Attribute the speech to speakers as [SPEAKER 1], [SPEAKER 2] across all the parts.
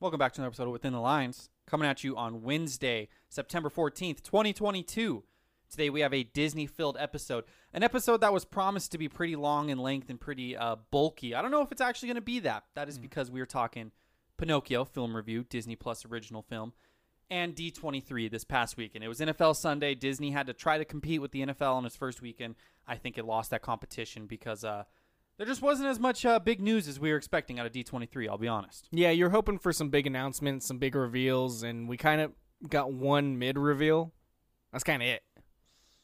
[SPEAKER 1] Welcome back to another episode of Within the Lines, coming at you on Wednesday, September 14th, 2022. Today we have a Disney filled episode, an episode that was promised to be pretty long in length and pretty uh, bulky. I don't know if it's actually going to be that. That is because we are talking Pinocchio film review, Disney Plus original film, and D23 this past weekend. It was NFL Sunday. Disney had to try to compete with the NFL on its first weekend. I think it lost that competition because uh, there just wasn't as much uh, big news as we were expecting out of D23, I'll be honest.
[SPEAKER 2] Yeah, you're hoping for some big announcements, some big reveals, and we kind of got one mid reveal. That's kind of it.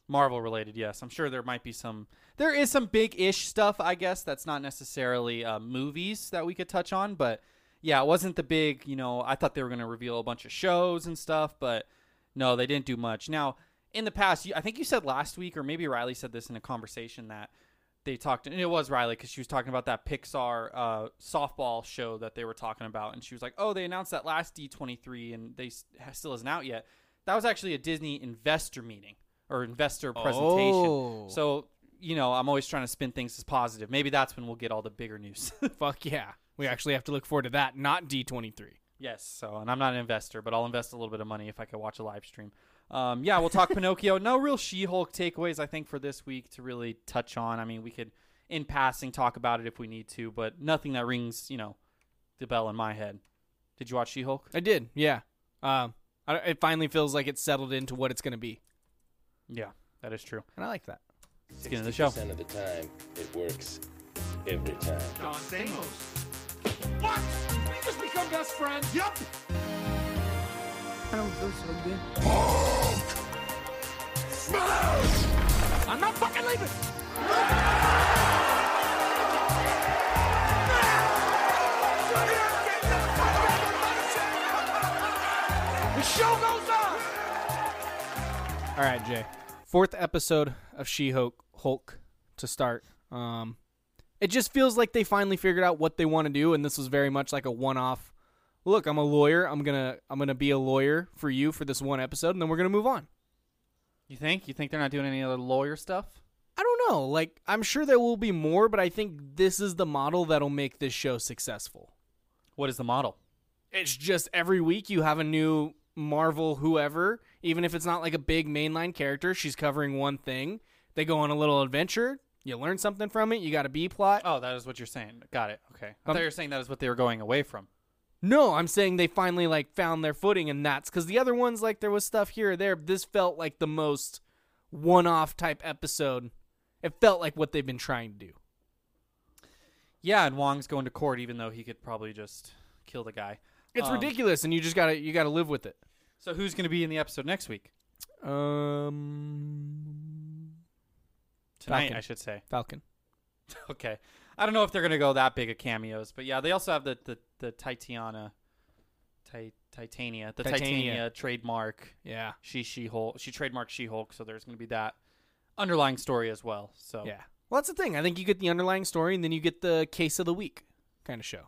[SPEAKER 1] Marvel related, yes. I'm sure there might be some. There is some big ish stuff, I guess. That's not necessarily uh, movies that we could touch on, but yeah, it wasn't the big. You know, I thought they were going to reveal a bunch of shows and stuff, but no, they didn't do much. Now, in the past, you- I think you said last week, or maybe Riley said this in a conversation that they talked, and it was Riley because she was talking about that Pixar uh, softball show that they were talking about, and she was like, "Oh, they announced that last D23, and they s- still isn't out yet." That was actually a Disney investor meeting or investor presentation.
[SPEAKER 2] Oh.
[SPEAKER 1] So you know, I'm always trying to spin things as positive. Maybe that's when we'll get all the bigger news.
[SPEAKER 2] Fuck yeah. We actually have to look forward to that, not D23.
[SPEAKER 1] Yes. So, and I'm not an investor, but I'll invest a little bit of money if I could watch a live stream. Um, yeah, we'll talk Pinocchio. No real She-Hulk takeaways, I think, for this week to really touch on. I mean, we could, in passing, talk about it if we need to, but nothing that rings, you know, the bell in my head. Did you watch She-Hulk?
[SPEAKER 2] I did, yeah. Um, I, it finally feels like it's settled into what it's going to be.
[SPEAKER 1] Yeah, that is true.
[SPEAKER 2] And I like that.
[SPEAKER 1] Let's get into the show.
[SPEAKER 3] 60% of the time, it works every time.
[SPEAKER 4] What? We just become best friends? Yep. I don't feel so good. Smash! I'm not fucking leaving. The show goes on.
[SPEAKER 2] All right, Jay. Fourth episode of She Hulk Hulk to start. Um, it just feels like they finally figured out what they want to do, and this was very much like a one-off. Look, I'm a lawyer. I'm gonna I'm gonna be a lawyer for you for this one episode, and then we're gonna move on.
[SPEAKER 1] You think? You think they're not doing any other lawyer stuff?
[SPEAKER 2] I don't know. Like I'm sure there will be more, but I think this is the model that'll make this show successful.
[SPEAKER 1] What is the model?
[SPEAKER 2] It's just every week you have a new Marvel whoever, even if it's not like a big mainline character, she's covering one thing. They go on a little adventure. You learn something from it. You got a B plot.
[SPEAKER 1] Oh, that is what you're saying. Got it. Okay. I
[SPEAKER 2] Um,
[SPEAKER 1] thought you were saying that is what they were going away from.
[SPEAKER 2] No, I'm saying they finally like found their footing, and that's because the other ones like there was stuff here or there. This felt like the most one-off type episode. It felt like what they've been trying to do.
[SPEAKER 1] Yeah, and Wong's going to court, even though he could probably just kill the guy.
[SPEAKER 2] It's
[SPEAKER 1] Um,
[SPEAKER 2] ridiculous, and you just gotta you gotta live with it.
[SPEAKER 1] So who's going to be in the episode next week?
[SPEAKER 2] Um,
[SPEAKER 1] Tonight,
[SPEAKER 2] Falcon.
[SPEAKER 1] I should say.
[SPEAKER 2] Falcon.
[SPEAKER 1] Okay. I don't know if they're going to go that big of cameos, but yeah, they also have the the, the Titiana, Ti- Titania, the Titania,
[SPEAKER 2] Titania.
[SPEAKER 1] trademark.
[SPEAKER 2] Yeah,
[SPEAKER 1] She she Hulk. She trademarked She Hulk, so there's going to be that underlying story as well. So
[SPEAKER 2] yeah. Well, that's the thing. I think you get the underlying story, and then you get the case of the week kind of show.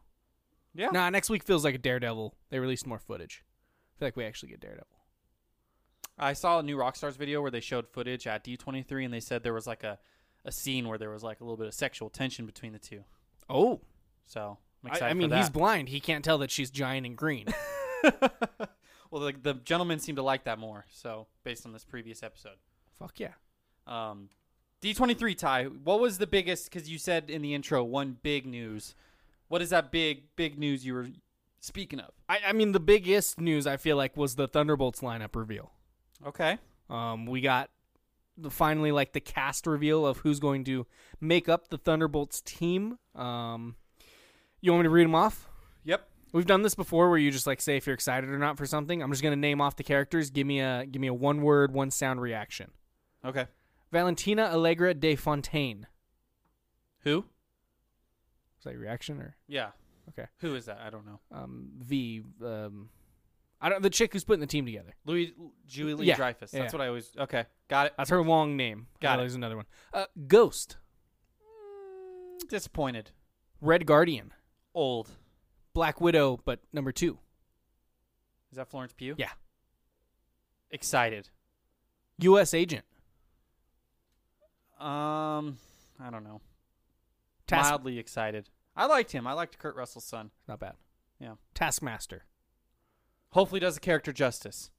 [SPEAKER 1] yeah.
[SPEAKER 2] Nah, next week feels like a Daredevil. They released more footage. I feel like we actually get Daredevil.
[SPEAKER 1] I saw a new Rockstars video where they showed footage at D23 and they said there was like a, a scene where there was like a little bit of sexual tension between the two.
[SPEAKER 2] Oh,
[SPEAKER 1] So I'm excited
[SPEAKER 2] I, I
[SPEAKER 1] for
[SPEAKER 2] mean, he's
[SPEAKER 1] that.
[SPEAKER 2] blind. He can't tell that she's giant and green.
[SPEAKER 1] well, the, the gentlemen seem to like that more. So based on this previous episode,
[SPEAKER 2] Fuck yeah.
[SPEAKER 1] um, D23 Ty, what was the biggest? Because you said in the intro one big news. What is that big big news you were speaking of?
[SPEAKER 2] I, I mean, the biggest news I feel like was the Thunderbolts lineup reveal.
[SPEAKER 1] Okay,
[SPEAKER 2] Um, we got the, finally like the cast reveal of who's going to make up the Thunderbolts team. Um, you want me to read them off?
[SPEAKER 1] yep.
[SPEAKER 2] We've done this before, where you just like say if you're excited or not for something. I'm just gonna name off the characters. Give me a give me a one word, one sound reaction.
[SPEAKER 1] Okay,
[SPEAKER 2] Valentina Allegra de Fontaine.
[SPEAKER 1] who?
[SPEAKER 2] Is that your reaction or
[SPEAKER 1] Yeah.
[SPEAKER 2] Okay.
[SPEAKER 1] Who is that? I don't know.
[SPEAKER 2] um, V? Um, I don't the chick who's putting the team together.
[SPEAKER 1] Louis Julie Lee
[SPEAKER 2] Yeah,
[SPEAKER 1] Dreyfus. That's
[SPEAKER 2] yeah.
[SPEAKER 1] what I always. Okay, got it.
[SPEAKER 2] That's her long name.
[SPEAKER 1] Got it.
[SPEAKER 2] Oh, There's another one. Uh, Ghost,
[SPEAKER 1] Mm, Disappointed.
[SPEAKER 2] Red Guardian,
[SPEAKER 1] Old.
[SPEAKER 2] Black Widow, but number two.
[SPEAKER 1] Is that Florence Pugh?
[SPEAKER 2] Yeah.
[SPEAKER 1] Excited.
[SPEAKER 2] U.S. Agent,
[SPEAKER 1] Um, I don't know.
[SPEAKER 2] Task.
[SPEAKER 1] Mildly excited. I liked him. I liked Kurt Russell's son.
[SPEAKER 2] Not bad.
[SPEAKER 1] Yeah.
[SPEAKER 2] Taskmaster.
[SPEAKER 1] Hopefully does the character justice.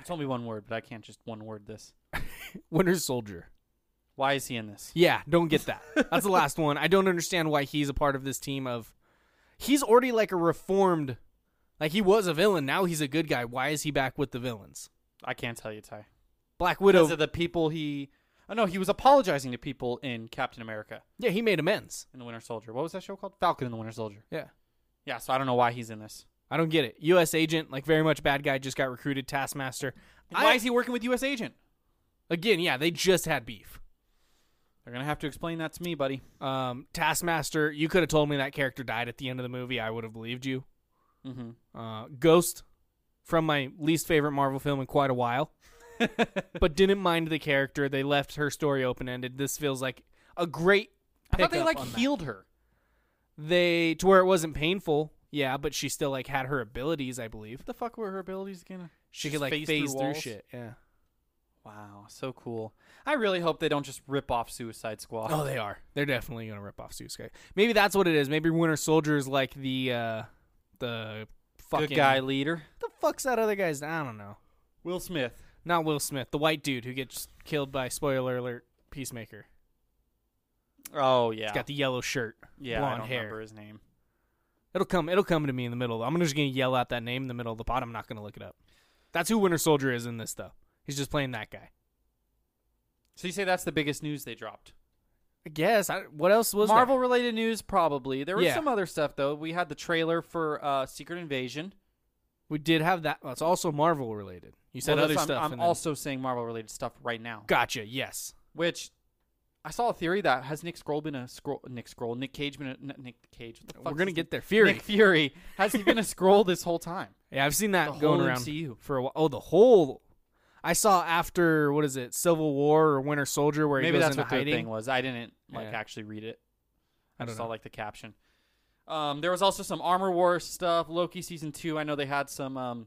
[SPEAKER 1] It's only one word, but I can't just one word this.
[SPEAKER 2] Winter Soldier.
[SPEAKER 1] Why is he in this?
[SPEAKER 2] Yeah, don't get that. That's the last one. I don't understand why he's a part of this team of He's already like a reformed like he was a villain, now he's a good guy. Why is he back with the villains?
[SPEAKER 1] I can't tell you, Ty.
[SPEAKER 2] Black
[SPEAKER 1] Because
[SPEAKER 2] Widow.
[SPEAKER 1] of the people he. Oh no, he was apologizing to people in Captain America
[SPEAKER 2] yeah, he made amends.
[SPEAKER 1] and the Winter Soldier. What was that show called? Falcon and the Winter Soldier.
[SPEAKER 2] Yeah.
[SPEAKER 1] Yeah, so I don't know why he's in this.
[SPEAKER 2] I don't get it. US agent, like very much bad guy just got recruited Taskmaster.
[SPEAKER 1] And
[SPEAKER 2] I-
[SPEAKER 1] why is he working with U.S. Agent?
[SPEAKER 2] Again, yeah, they just had beef.
[SPEAKER 1] They're gonna have to explain that to me, buddy.
[SPEAKER 2] Um, Taskmaster, you could have told me that character died at the end of the movie. I would have believed you.
[SPEAKER 1] Mm-hmm.
[SPEAKER 2] Uh, Ghost from my least favorite Marvel film in quite a while, but didn't mind the character. They left her story open ended. This feels like a great.
[SPEAKER 1] I thought they
[SPEAKER 2] pickup
[SPEAKER 1] like
[SPEAKER 2] on that.
[SPEAKER 1] healed her.
[SPEAKER 2] They to where it wasn't painful. Yeah, but she still like had her abilities. I believe
[SPEAKER 1] What the fuck were her abilities again?
[SPEAKER 2] she
[SPEAKER 1] Just
[SPEAKER 2] could like
[SPEAKER 1] phase
[SPEAKER 2] phase,
[SPEAKER 1] through
[SPEAKER 2] through,
[SPEAKER 1] walls?
[SPEAKER 2] shit. Yeah.
[SPEAKER 1] Wow, so cool. I really hope they don't just rip off Suicide Squad.
[SPEAKER 2] Oh, they are. They're definitely gonna rip off Suicide. Maybe that's what it is. Maybe Winter Soldier is like the uh the fucking
[SPEAKER 1] Good guy leader.
[SPEAKER 2] What the fuck's that other guy's? I don't know.
[SPEAKER 1] Will Smith.
[SPEAKER 2] Not Will Smith, the white dude who gets killed by spoiler alert Peacemaker.
[SPEAKER 1] Oh yeah.
[SPEAKER 2] He's got the yellow shirt,
[SPEAKER 1] yeah, I
[SPEAKER 2] blonde
[SPEAKER 1] don't
[SPEAKER 2] hair.
[SPEAKER 1] remember his name.
[SPEAKER 2] It'll come. It'll come to me in the middle. I'm just gonna yell out that name in the middle of the pot. I'm not gonna look it up. That's who Winter Soldier is in this though. He's just playing that guy.
[SPEAKER 1] So you say that's the biggest news they dropped.
[SPEAKER 2] I guess. I, what else was there?
[SPEAKER 1] Marvel related news probably. There was
[SPEAKER 2] Yeah.
[SPEAKER 1] some other stuff though. We had the trailer for uh, Secret Invasion.
[SPEAKER 2] We did have that. That's also Marvel related. You said
[SPEAKER 1] Well,
[SPEAKER 2] other
[SPEAKER 1] that's-
[SPEAKER 2] stuff.
[SPEAKER 1] I'm, I'm
[SPEAKER 2] and then-
[SPEAKER 1] also saying Marvel related stuff right now.
[SPEAKER 2] gotcha. Yes.
[SPEAKER 1] Which I saw a theory that has Nick Scroll been a scroll Nick Scroll Nick Cage been a n- Nick Cage. What the fuck's
[SPEAKER 2] We're gonna
[SPEAKER 1] his
[SPEAKER 2] get there.
[SPEAKER 1] name?
[SPEAKER 2] Fury.
[SPEAKER 1] Nick Fury has he been a scroll this whole time?
[SPEAKER 2] Yeah, I've seen that
[SPEAKER 1] The
[SPEAKER 2] going
[SPEAKER 1] whole
[SPEAKER 2] around
[SPEAKER 1] MCU.
[SPEAKER 2] for a while. Oh, the whole. I saw after what is it, Civil War or Winter Soldier, where
[SPEAKER 1] Maybe
[SPEAKER 2] he goes
[SPEAKER 1] that's
[SPEAKER 2] into
[SPEAKER 1] what the
[SPEAKER 2] hiding.
[SPEAKER 1] thing was. I didn't like
[SPEAKER 2] Yeah.
[SPEAKER 1] actually read it. I,
[SPEAKER 2] I
[SPEAKER 1] just saw
[SPEAKER 2] don't know.
[SPEAKER 1] like the caption. Um, there was also some Armor War stuff. Loki season two. I know they had some um,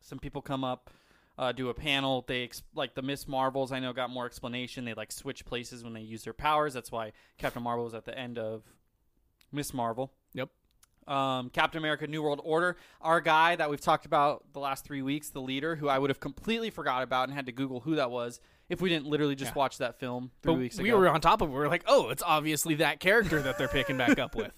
[SPEAKER 1] some people come up, uh, do a panel. They ex- like the Miss Marvels. I know got more explanation. They like switch places when they use their powers. That's why Captain Marvel was at the end of Miss Marvel.
[SPEAKER 2] Yep.
[SPEAKER 1] Um, Captain America: New World Order. Our guy that we've talked about the last three weeks, the leader, who I would have completely forgot about and had to Google who that was if we didn't literally just
[SPEAKER 2] Yeah.
[SPEAKER 1] watch that film three
[SPEAKER 2] But
[SPEAKER 1] weeks
[SPEAKER 2] we
[SPEAKER 1] ago.
[SPEAKER 2] were on top of it. We were like, oh, it's obviously that character that they're picking back up with.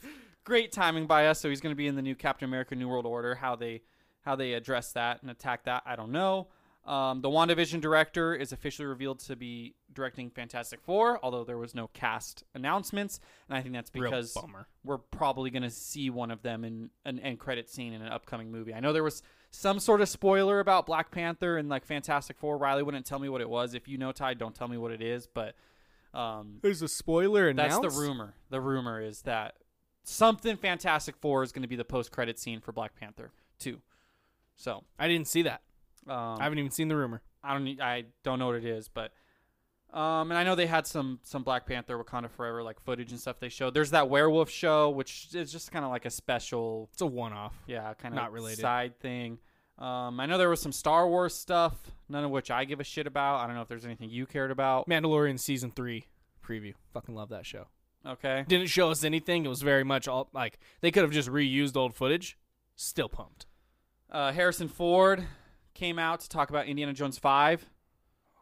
[SPEAKER 1] great timing by us. So he's going to be in the new Captain America: New World Order. How they how they address that and attack that, I don't know. Um, the WandaVision director is officially revealed to be directing Fantastic Four, although there was no cast announcements, and I think that's
[SPEAKER 2] Real
[SPEAKER 1] because
[SPEAKER 2] bummer.
[SPEAKER 1] we're probably going to see one of them in an end credit scene in an upcoming movie. I know there was some sort of spoiler about Black Panther and like Fantastic Four. Riley wouldn't tell me what it was. If you know, Ty, don't tell me what it is. But um,
[SPEAKER 2] There's a spoiler
[SPEAKER 1] that's
[SPEAKER 2] announced.
[SPEAKER 1] the rumor. The rumor is that something Fantastic Four is going to be the post credit scene for Black Panther two. So
[SPEAKER 2] I didn't see that.
[SPEAKER 1] um,
[SPEAKER 2] I haven't even seen the rumor.
[SPEAKER 1] I don't e, I don't know what it is, but um, and I know they had some some Black Panther Wakanda Forever like footage and stuff they showed. There's that werewolf show, which is just kind of like a special,
[SPEAKER 2] It's a one-off.
[SPEAKER 1] yeah, kind of
[SPEAKER 2] Not related.
[SPEAKER 1] side thing. Um, I know there was some Star Wars stuff, none of which I give a shit about. I don't know if there's anything you cared about.
[SPEAKER 2] Mandalorian season three preview. Fucking love that show.
[SPEAKER 1] Okay.
[SPEAKER 2] Didn't show us anything. It was very much all like they could have just reused old footage. Still pumped.
[SPEAKER 1] Uh, Harrison Ford came out to talk about Indiana Jones 5.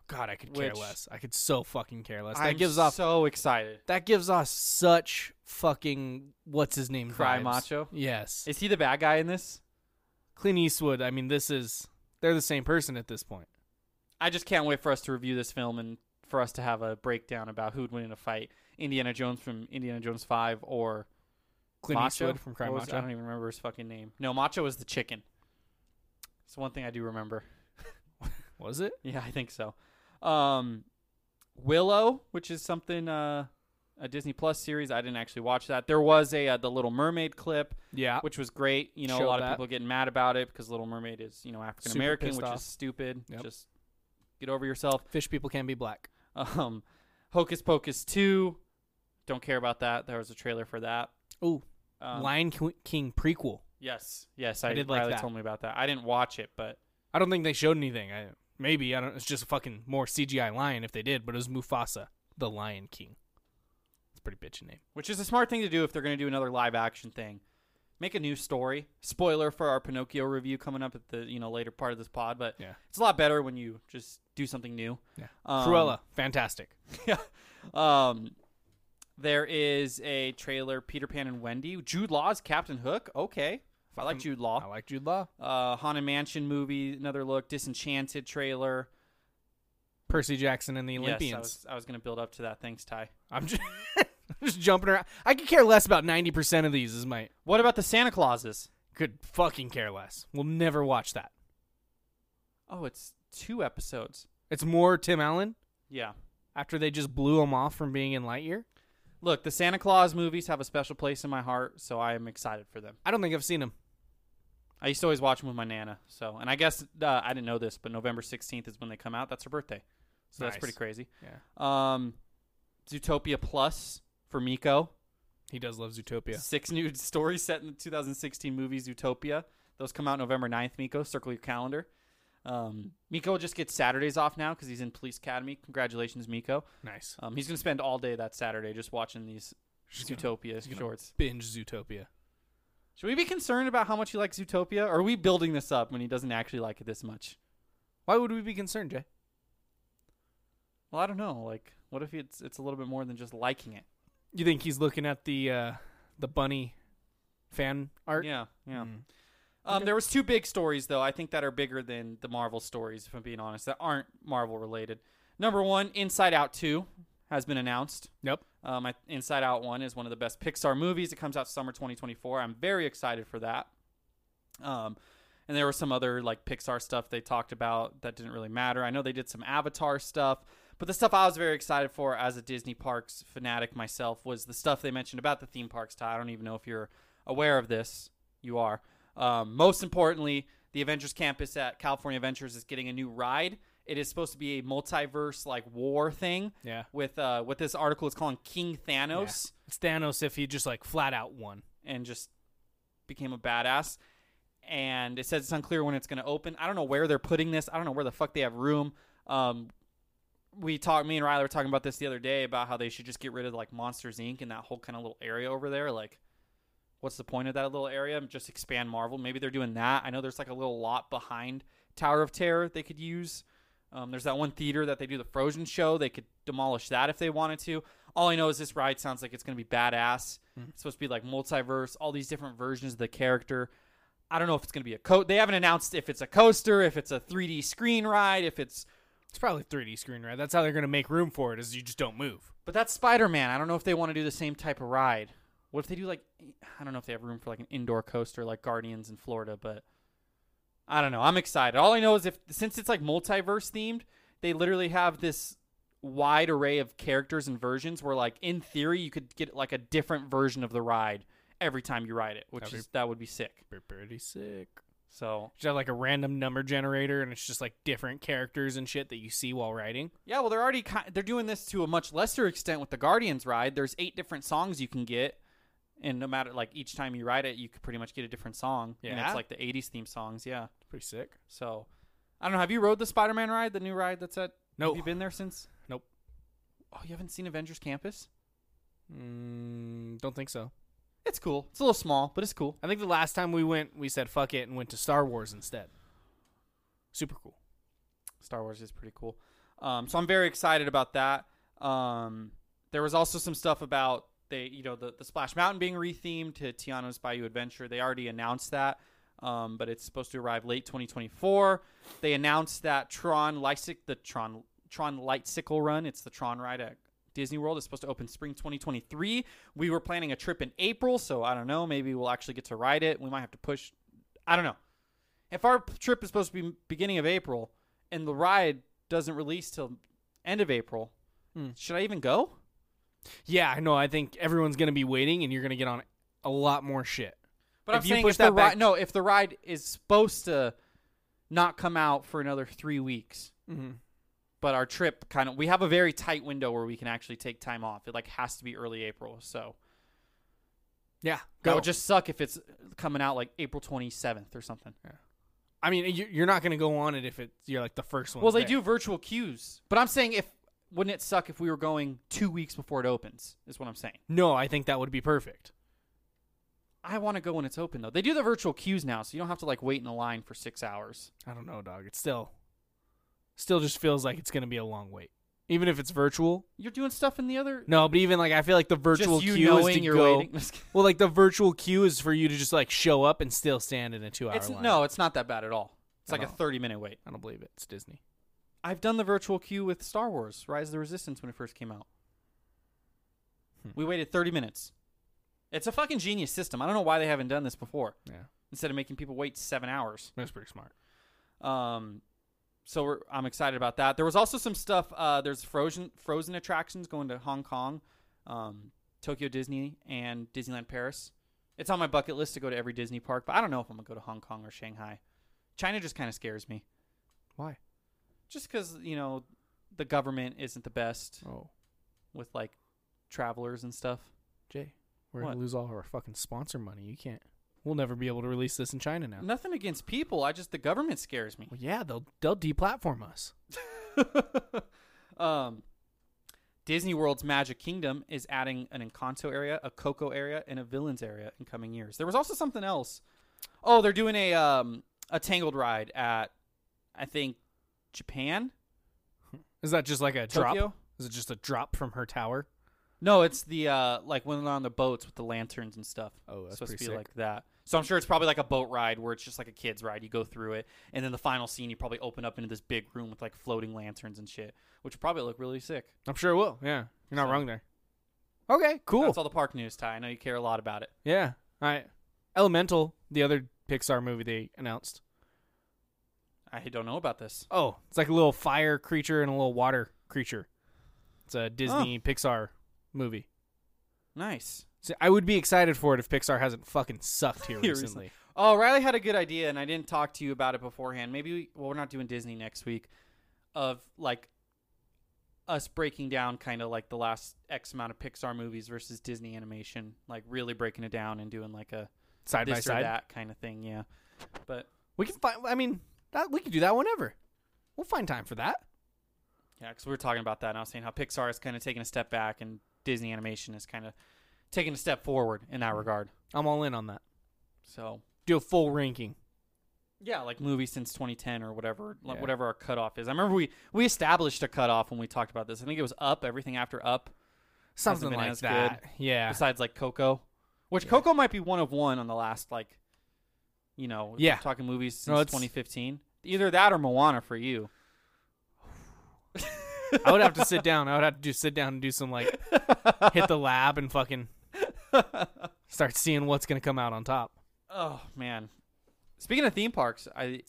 [SPEAKER 2] God, I could care
[SPEAKER 1] Which-
[SPEAKER 2] less. I could so fucking care less. That
[SPEAKER 1] I'm
[SPEAKER 2] gives off
[SPEAKER 1] so excited.
[SPEAKER 2] that gives off such fucking what's his name
[SPEAKER 1] Cry
[SPEAKER 2] vibes.
[SPEAKER 1] macho?
[SPEAKER 2] Yes,
[SPEAKER 1] Is he the bad guy in this?
[SPEAKER 2] Clint Eastwood. I mean, this is they're the same person at this point.
[SPEAKER 1] I just can't wait for us to review this film and for us to have a breakdown about who'd win in a fight: Indiana Jones from Indiana Jones Five or
[SPEAKER 2] Clint
[SPEAKER 1] Macho
[SPEAKER 2] Eastwood from Cry
[SPEAKER 1] What was- I
[SPEAKER 2] Macho.
[SPEAKER 1] don't even remember his fucking name. No, Macho was the chicken. It's one thing I do remember.
[SPEAKER 2] Was it?
[SPEAKER 1] Yeah, I think so. Um, Willow, which is something uh, a Disney Plus series. I didn't actually watch that. There was a uh, the Little Mermaid clip,
[SPEAKER 2] Yeah.
[SPEAKER 1] which was great. You know, a
[SPEAKER 2] Showed
[SPEAKER 1] lot
[SPEAKER 2] that.
[SPEAKER 1] of people getting mad about it because Little Mermaid is you know African American,
[SPEAKER 2] pissed
[SPEAKER 1] which
[SPEAKER 2] off.
[SPEAKER 1] is stupid.
[SPEAKER 2] Yep.
[SPEAKER 1] Just get over yourself.
[SPEAKER 2] Fish people can be black.
[SPEAKER 1] Um, Hocus Pocus two, don't care about that. There was a trailer for that.
[SPEAKER 2] Ooh,
[SPEAKER 1] Um,
[SPEAKER 2] Lion Qu- King prequel.
[SPEAKER 1] Yes, yes, I,
[SPEAKER 2] did like
[SPEAKER 1] Riley
[SPEAKER 2] that.
[SPEAKER 1] told me about that. I didn't watch it, but
[SPEAKER 2] I don't think they showed anything. I, maybe I don't. It's just a fucking more CGI lion if they did, but it was Mufasa, the Lion King. It's a pretty bitchin' name.
[SPEAKER 1] which is a smart thing to do if they're going to do another live action thing. Make a new story. Spoiler for our Pinocchio review coming up at the you know later part of this pod, but
[SPEAKER 2] Yeah.
[SPEAKER 1] it's a lot better when you just do something new.
[SPEAKER 2] Yeah.
[SPEAKER 1] Um,
[SPEAKER 2] Cruella, fantastic.
[SPEAKER 1] Um, there is a trailer Peter Pan and Wendy, Jude Law's Captain Hook. Okay, I like Jude Law.
[SPEAKER 2] I like Jude Law.
[SPEAKER 1] uh, Haunted Mansion movie, another look, Disenchanted trailer.
[SPEAKER 2] Percy Jackson and the
[SPEAKER 1] Yes,
[SPEAKER 2] Olympians.
[SPEAKER 1] I was, I was going to build up to that. Thanks, Ty.
[SPEAKER 2] I'm just, just jumping around. I could care less about 90% of these, is my.
[SPEAKER 1] What about the Santa Clauses?
[SPEAKER 2] Could fucking care less. We'll never watch that.
[SPEAKER 1] Oh, it's two episodes.
[SPEAKER 2] It's more Tim Allen
[SPEAKER 1] Yeah.
[SPEAKER 2] after they just blew him off from being in Lightyear.
[SPEAKER 1] Look, the Santa Claus movies have a special place in my heart, so I am excited for them.
[SPEAKER 2] I don't think I've seen him.
[SPEAKER 1] I used to always watch them with my nana. So, and I guess uh, I didn't know this, but November 16th is when they come out. That's her birthday. So
[SPEAKER 2] Nice.
[SPEAKER 1] that's pretty crazy.
[SPEAKER 2] Yeah.
[SPEAKER 1] Um, Zootopia Plus for Miko.
[SPEAKER 2] He does love Zootopia.
[SPEAKER 1] Six new stories set in the 2016 movie Zootopia. Those come out November 9th, Miko. Circle your calendar. Um, Miko just gets Saturdays off now because he's in Police Academy. Congratulations, Miko.
[SPEAKER 2] Nice.
[SPEAKER 1] Um, he's going to spend all day that Saturday just watching these Zootopia shorts.
[SPEAKER 2] Binge Zootopia.
[SPEAKER 1] Should we be concerned about how much he likes Zootopia? Or are we building this up when he doesn't actually like it this much?
[SPEAKER 2] Why would we be concerned, Jay?
[SPEAKER 1] Well, I don't know. Like, what if it's it's a little bit more than just liking it?
[SPEAKER 2] You think he's looking at the uh, the bunny fan art? Mm.
[SPEAKER 1] Yeah, yeah.
[SPEAKER 2] Hmm.
[SPEAKER 1] Um, There was two big stories though. I think that are bigger than the Marvel stories, if I'm being honest, that aren't Marvel related. Number one, Inside Out Two has been announced.
[SPEAKER 2] Yep.
[SPEAKER 1] Um, I- Inside Out One is one of the best Pixar movies. It comes out summer 2024. I'm very excited for that. Um, and there was some other like Pixar stuff they talked about that didn't really matter. I know they did some Avatar stuff, but the stuff I was very excited for as a Disney parks fanatic myself was the stuff they mentioned about the theme parks. Ty, I don't even know if you're aware of this. You are. Um, most importantly, the Avengers Campus at California Adventures is getting a new ride. It is supposed to be a multiverse like war thing
[SPEAKER 2] Yeah.
[SPEAKER 1] with uh, what this article is calling King
[SPEAKER 2] Yeah.
[SPEAKER 1] Thanos
[SPEAKER 2] It's Thanos if he just like flat out won.
[SPEAKER 1] and just became a badass. And it says it's unclear when it's going to open. I don't know where they're putting this. I don't know where the fuck they have room. Um, we talked, me and Riley were talking about this the other day about how they should just get rid of like Monsters Inc. and that whole kind of little area over there. Like, what's the point of that little area? Just expand Marvel. Maybe they're doing that. I know there's like a little lot behind Tower of Terror they could use. Um, there's that one theater that they do the Frozen show. They could demolish that if they wanted to. All I know is this ride sounds like it's going to be badass. It's supposed to be like multiverse, all these different versions of the character. I don't know if it's going to be a coat. They haven't announced if it's a coaster, if it's a 3D screen ride, if it's.
[SPEAKER 2] It's probably 3D screen, right? That's how they're going to make room for it is you just don't move.
[SPEAKER 1] But that's Spider Man. I don't know if they want to do the same type of ride. What if they do like I don't know if they have room for like an indoor coaster like Guardians in Florida, but I don't know. I'm excited. All I know is if since it's like multiverse themed, they literally have this wide array of characters and versions where like in theory you could get like a different version of the ride every time you ride it, which
[SPEAKER 2] That'd be-
[SPEAKER 1] is that would be sick.
[SPEAKER 2] Be pretty sick.
[SPEAKER 1] So
[SPEAKER 2] Just have like a random number generator and it's just like different characters and shit that you see while writing.
[SPEAKER 1] Yeah, well, they're already ki- they're doing this to a much lesser extent with the Guardians ride. There's eight different songs you can get, and no matter like each time you write it, you could pretty much get a different song. and
[SPEAKER 2] Yeah?
[SPEAKER 1] it's like the '80s theme songs. Yeah,
[SPEAKER 2] Pretty sick.
[SPEAKER 1] so I don't know. Have you rode the Spider-Man ride, the new ride that's at?
[SPEAKER 2] No.
[SPEAKER 1] Have you been there since?
[SPEAKER 2] Nope.
[SPEAKER 1] Oh, you haven't seen Avengers Campus?
[SPEAKER 2] Mm, don't think so.
[SPEAKER 1] It's cool. It's a little small, but it's cool.
[SPEAKER 2] I think the last time we went, we said fuck it and went to Star Wars instead. Super cool.
[SPEAKER 1] Star Wars is pretty cool. Um, so I'm very excited about that. Um, there was also some stuff about they, you know, the, the Splash Mountain being rethemed to Tiana's Bayou Adventure. They already announced that, um, but it's supposed to arrive late 2024. They announced that Tron Lysic, the Tron Tron Lightcycle Run, it's the Tron ride at Disney World is supposed to open spring 2023. We were planning a trip in April, so I don't know. Maybe we'll actually get to ride it. We might have to push. I don't know if our p- trip is supposed to be beginning of April and the ride doesn't release till end of April, should I even go?
[SPEAKER 2] Yeah, I know. I think everyone's gonna be waiting, and you're gonna get on a lot more shit.
[SPEAKER 1] But
[SPEAKER 2] If
[SPEAKER 1] I'm
[SPEAKER 2] you
[SPEAKER 1] saying
[SPEAKER 2] push
[SPEAKER 1] if the
[SPEAKER 2] that back-
[SPEAKER 1] ride, no, if the ride is supposed to not come out for another three weeks, but our trip kind of, we have a very tight window where we can actually take time off. It like has to be early April, so
[SPEAKER 2] Yeah,
[SPEAKER 1] that
[SPEAKER 2] go.
[SPEAKER 1] would just suck if it's coming out like April 27th or something.
[SPEAKER 2] I mean, you- you're not gonna go on it if it's you're like the first one.
[SPEAKER 1] Well, they do virtual queues, but I'm saying if wouldn't it suck if we were going two weeks before it opens? Is what I'm saying.
[SPEAKER 2] No, I think that would be perfect.
[SPEAKER 1] I want to go when it's open though. They do the virtual queues now, so you don't have to like wait in a line for six hours.
[SPEAKER 2] I don't know, dog. It's still, still just feels like it's gonna be a long wait, even if it's virtual.
[SPEAKER 1] You're doing stuff in the other.
[SPEAKER 2] No, but even like I feel like the virtual
[SPEAKER 1] you
[SPEAKER 2] queue is
[SPEAKER 1] knowing
[SPEAKER 2] to
[SPEAKER 1] you're
[SPEAKER 2] go.
[SPEAKER 1] waiting.
[SPEAKER 2] Well, like the virtual queue is for you to just like show up and still stand in a two-hour
[SPEAKER 1] It's
[SPEAKER 2] line.
[SPEAKER 1] no, it's not that bad at all. It's
[SPEAKER 2] I
[SPEAKER 1] like a
[SPEAKER 2] know.
[SPEAKER 1] 30 minute wait.
[SPEAKER 2] I don't believe it. It's Disney.
[SPEAKER 1] I've done the virtual queue with Star Wars: Rise of the Resistance when it first came out.
[SPEAKER 2] Hmm.
[SPEAKER 1] We waited 30 minutes. It's a fucking genius system. I don't know why they haven't done this before.
[SPEAKER 2] Yeah,
[SPEAKER 1] Instead of making people wait seven hours.
[SPEAKER 2] that's pretty smart.
[SPEAKER 1] Um, so we're, I'm excited about that. There was also some stuff. Uh, there's frozen frozen attractions going to Hong Kong, um, Tokyo Disney, and Disneyland Paris. It's on my bucket list to go to every Disney park, but I don't know if I'm gonna go to Hong Kong or Shanghai. China just kind of scares me,
[SPEAKER 2] Why?
[SPEAKER 1] just because you know the government isn't the best
[SPEAKER 2] Oh,
[SPEAKER 1] with like travelers and stuff.
[SPEAKER 2] Jay, we're
[SPEAKER 1] What?
[SPEAKER 2] gonna lose all of our fucking sponsor money. You can't. We'll never be able to release this in China now.
[SPEAKER 1] Nothing against people, I just the government scares me.
[SPEAKER 2] Well, yeah, they'll they'll deplatform us.
[SPEAKER 1] um, Disney World's Magic Kingdom is adding an Encanto area, a Coco area, and a Villains area in coming years. There was also something else. Oh, they're doing a um, a Tangled ride at I think Japan.
[SPEAKER 2] Is that just like a drop?
[SPEAKER 1] Tokyo?
[SPEAKER 2] Is it just a drop from her tower?
[SPEAKER 1] No, it's the uh, like when they're on the boats with the lanterns and stuff.
[SPEAKER 2] Oh, that's
[SPEAKER 1] It's supposed
[SPEAKER 2] pretty
[SPEAKER 1] to be
[SPEAKER 2] sick.
[SPEAKER 1] like that. So I'm sure it's probably like a boat ride where it's just like a kids ride. You go through it, and then the final scene you probably open up into this big room with like floating lanterns and shit, which would probably look really sick.
[SPEAKER 2] I'm sure it will. Yeah, you're not wrong there. Okay, cool.
[SPEAKER 1] That's all the park news, Ty. I know you care a lot about it.
[SPEAKER 2] Yeah. All right. Elemental, the other Pixar movie they announced.
[SPEAKER 1] I don't know about this.
[SPEAKER 2] Oh, it's like a little fire creature and a little water creature. It's a Disney Pixar movie.
[SPEAKER 1] Nice.
[SPEAKER 2] So I would be excited for it if Pixar hasn't fucking sucked here
[SPEAKER 1] Here
[SPEAKER 2] recently.
[SPEAKER 1] Oh, Riley had a good idea, and I didn't talk to you about it beforehand. Maybe we, well, we're not doing Disney next week. Of like us breaking down kind of like the last X amount of Pixar movies versus Disney animation, like really breaking it down and doing like a
[SPEAKER 2] Side by
[SPEAKER 1] this or
[SPEAKER 2] side.
[SPEAKER 1] that kind of thing. Yeah, but
[SPEAKER 2] We can find. I mean, that we could do that whenever. We'll find time for that.
[SPEAKER 1] yeah, because we were talking about that, and I was saying how Pixar is kind of taking a step back, and Disney animation is kind of taking a step forward in
[SPEAKER 2] Hmm.
[SPEAKER 1] that regard.
[SPEAKER 2] I'm all in on that.
[SPEAKER 1] So
[SPEAKER 2] Do a full ranking.
[SPEAKER 1] Yeah, like movies since 2010 or whatever, like
[SPEAKER 2] Yeah.
[SPEAKER 1] whatever our cutoff is. I remember we we established a cutoff when we talked about this. I think it was Up, everything after Up,
[SPEAKER 2] Something
[SPEAKER 1] been
[SPEAKER 2] like
[SPEAKER 1] as good.
[SPEAKER 2] that. Yeah.
[SPEAKER 1] besides like Coco, which Coco might be one of one on the last like, you know,
[SPEAKER 2] Yeah.
[SPEAKER 1] talking movies since
[SPEAKER 2] No, it's-
[SPEAKER 1] 2015. Either that or Moana for you.
[SPEAKER 2] I would have to sit down. I would have to do sit down and do some like hit the lab and fucking start seeing what's gonna come out on top.
[SPEAKER 1] Oh man, speaking of theme parks, I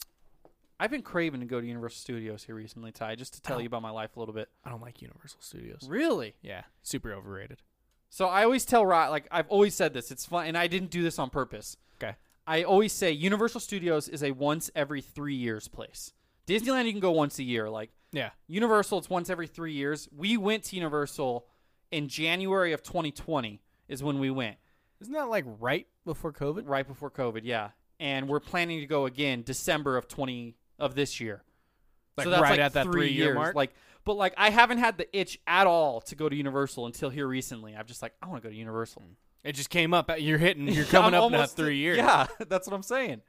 [SPEAKER 1] I've been craving to go to Universal Studios here recently, Ty, just to tell
[SPEAKER 2] Oh.
[SPEAKER 1] you about my life a little bit.
[SPEAKER 2] I don't like Universal Studios.
[SPEAKER 1] Really?
[SPEAKER 2] Yeah, super overrated.
[SPEAKER 1] So I always tell Rod, like I've always said this. It's fun, and I didn't do this on purpose.
[SPEAKER 2] Okay.
[SPEAKER 1] I always say Universal Studios is a once every three years place. Disneyland, you can go once a year. Like
[SPEAKER 2] Yeah.
[SPEAKER 1] Universal, it's once every three years. We went to Universal in January of 2020 is when we went,
[SPEAKER 2] Isn't that like right before COVID?
[SPEAKER 1] right before COVID, yeah. And we're planning to go again December of twenty of this year.
[SPEAKER 2] Like, right at that three-year
[SPEAKER 1] years.
[SPEAKER 2] mark?
[SPEAKER 1] Like, but like I haven't had the itch at all to go to Universal until here recently. I'm just like I want to go to Universal.
[SPEAKER 2] It just came up. You're hitting. You're coming
[SPEAKER 1] I'm
[SPEAKER 2] up in that
[SPEAKER 1] almost-
[SPEAKER 2] three years.
[SPEAKER 1] Yeah, that's what I'm saying.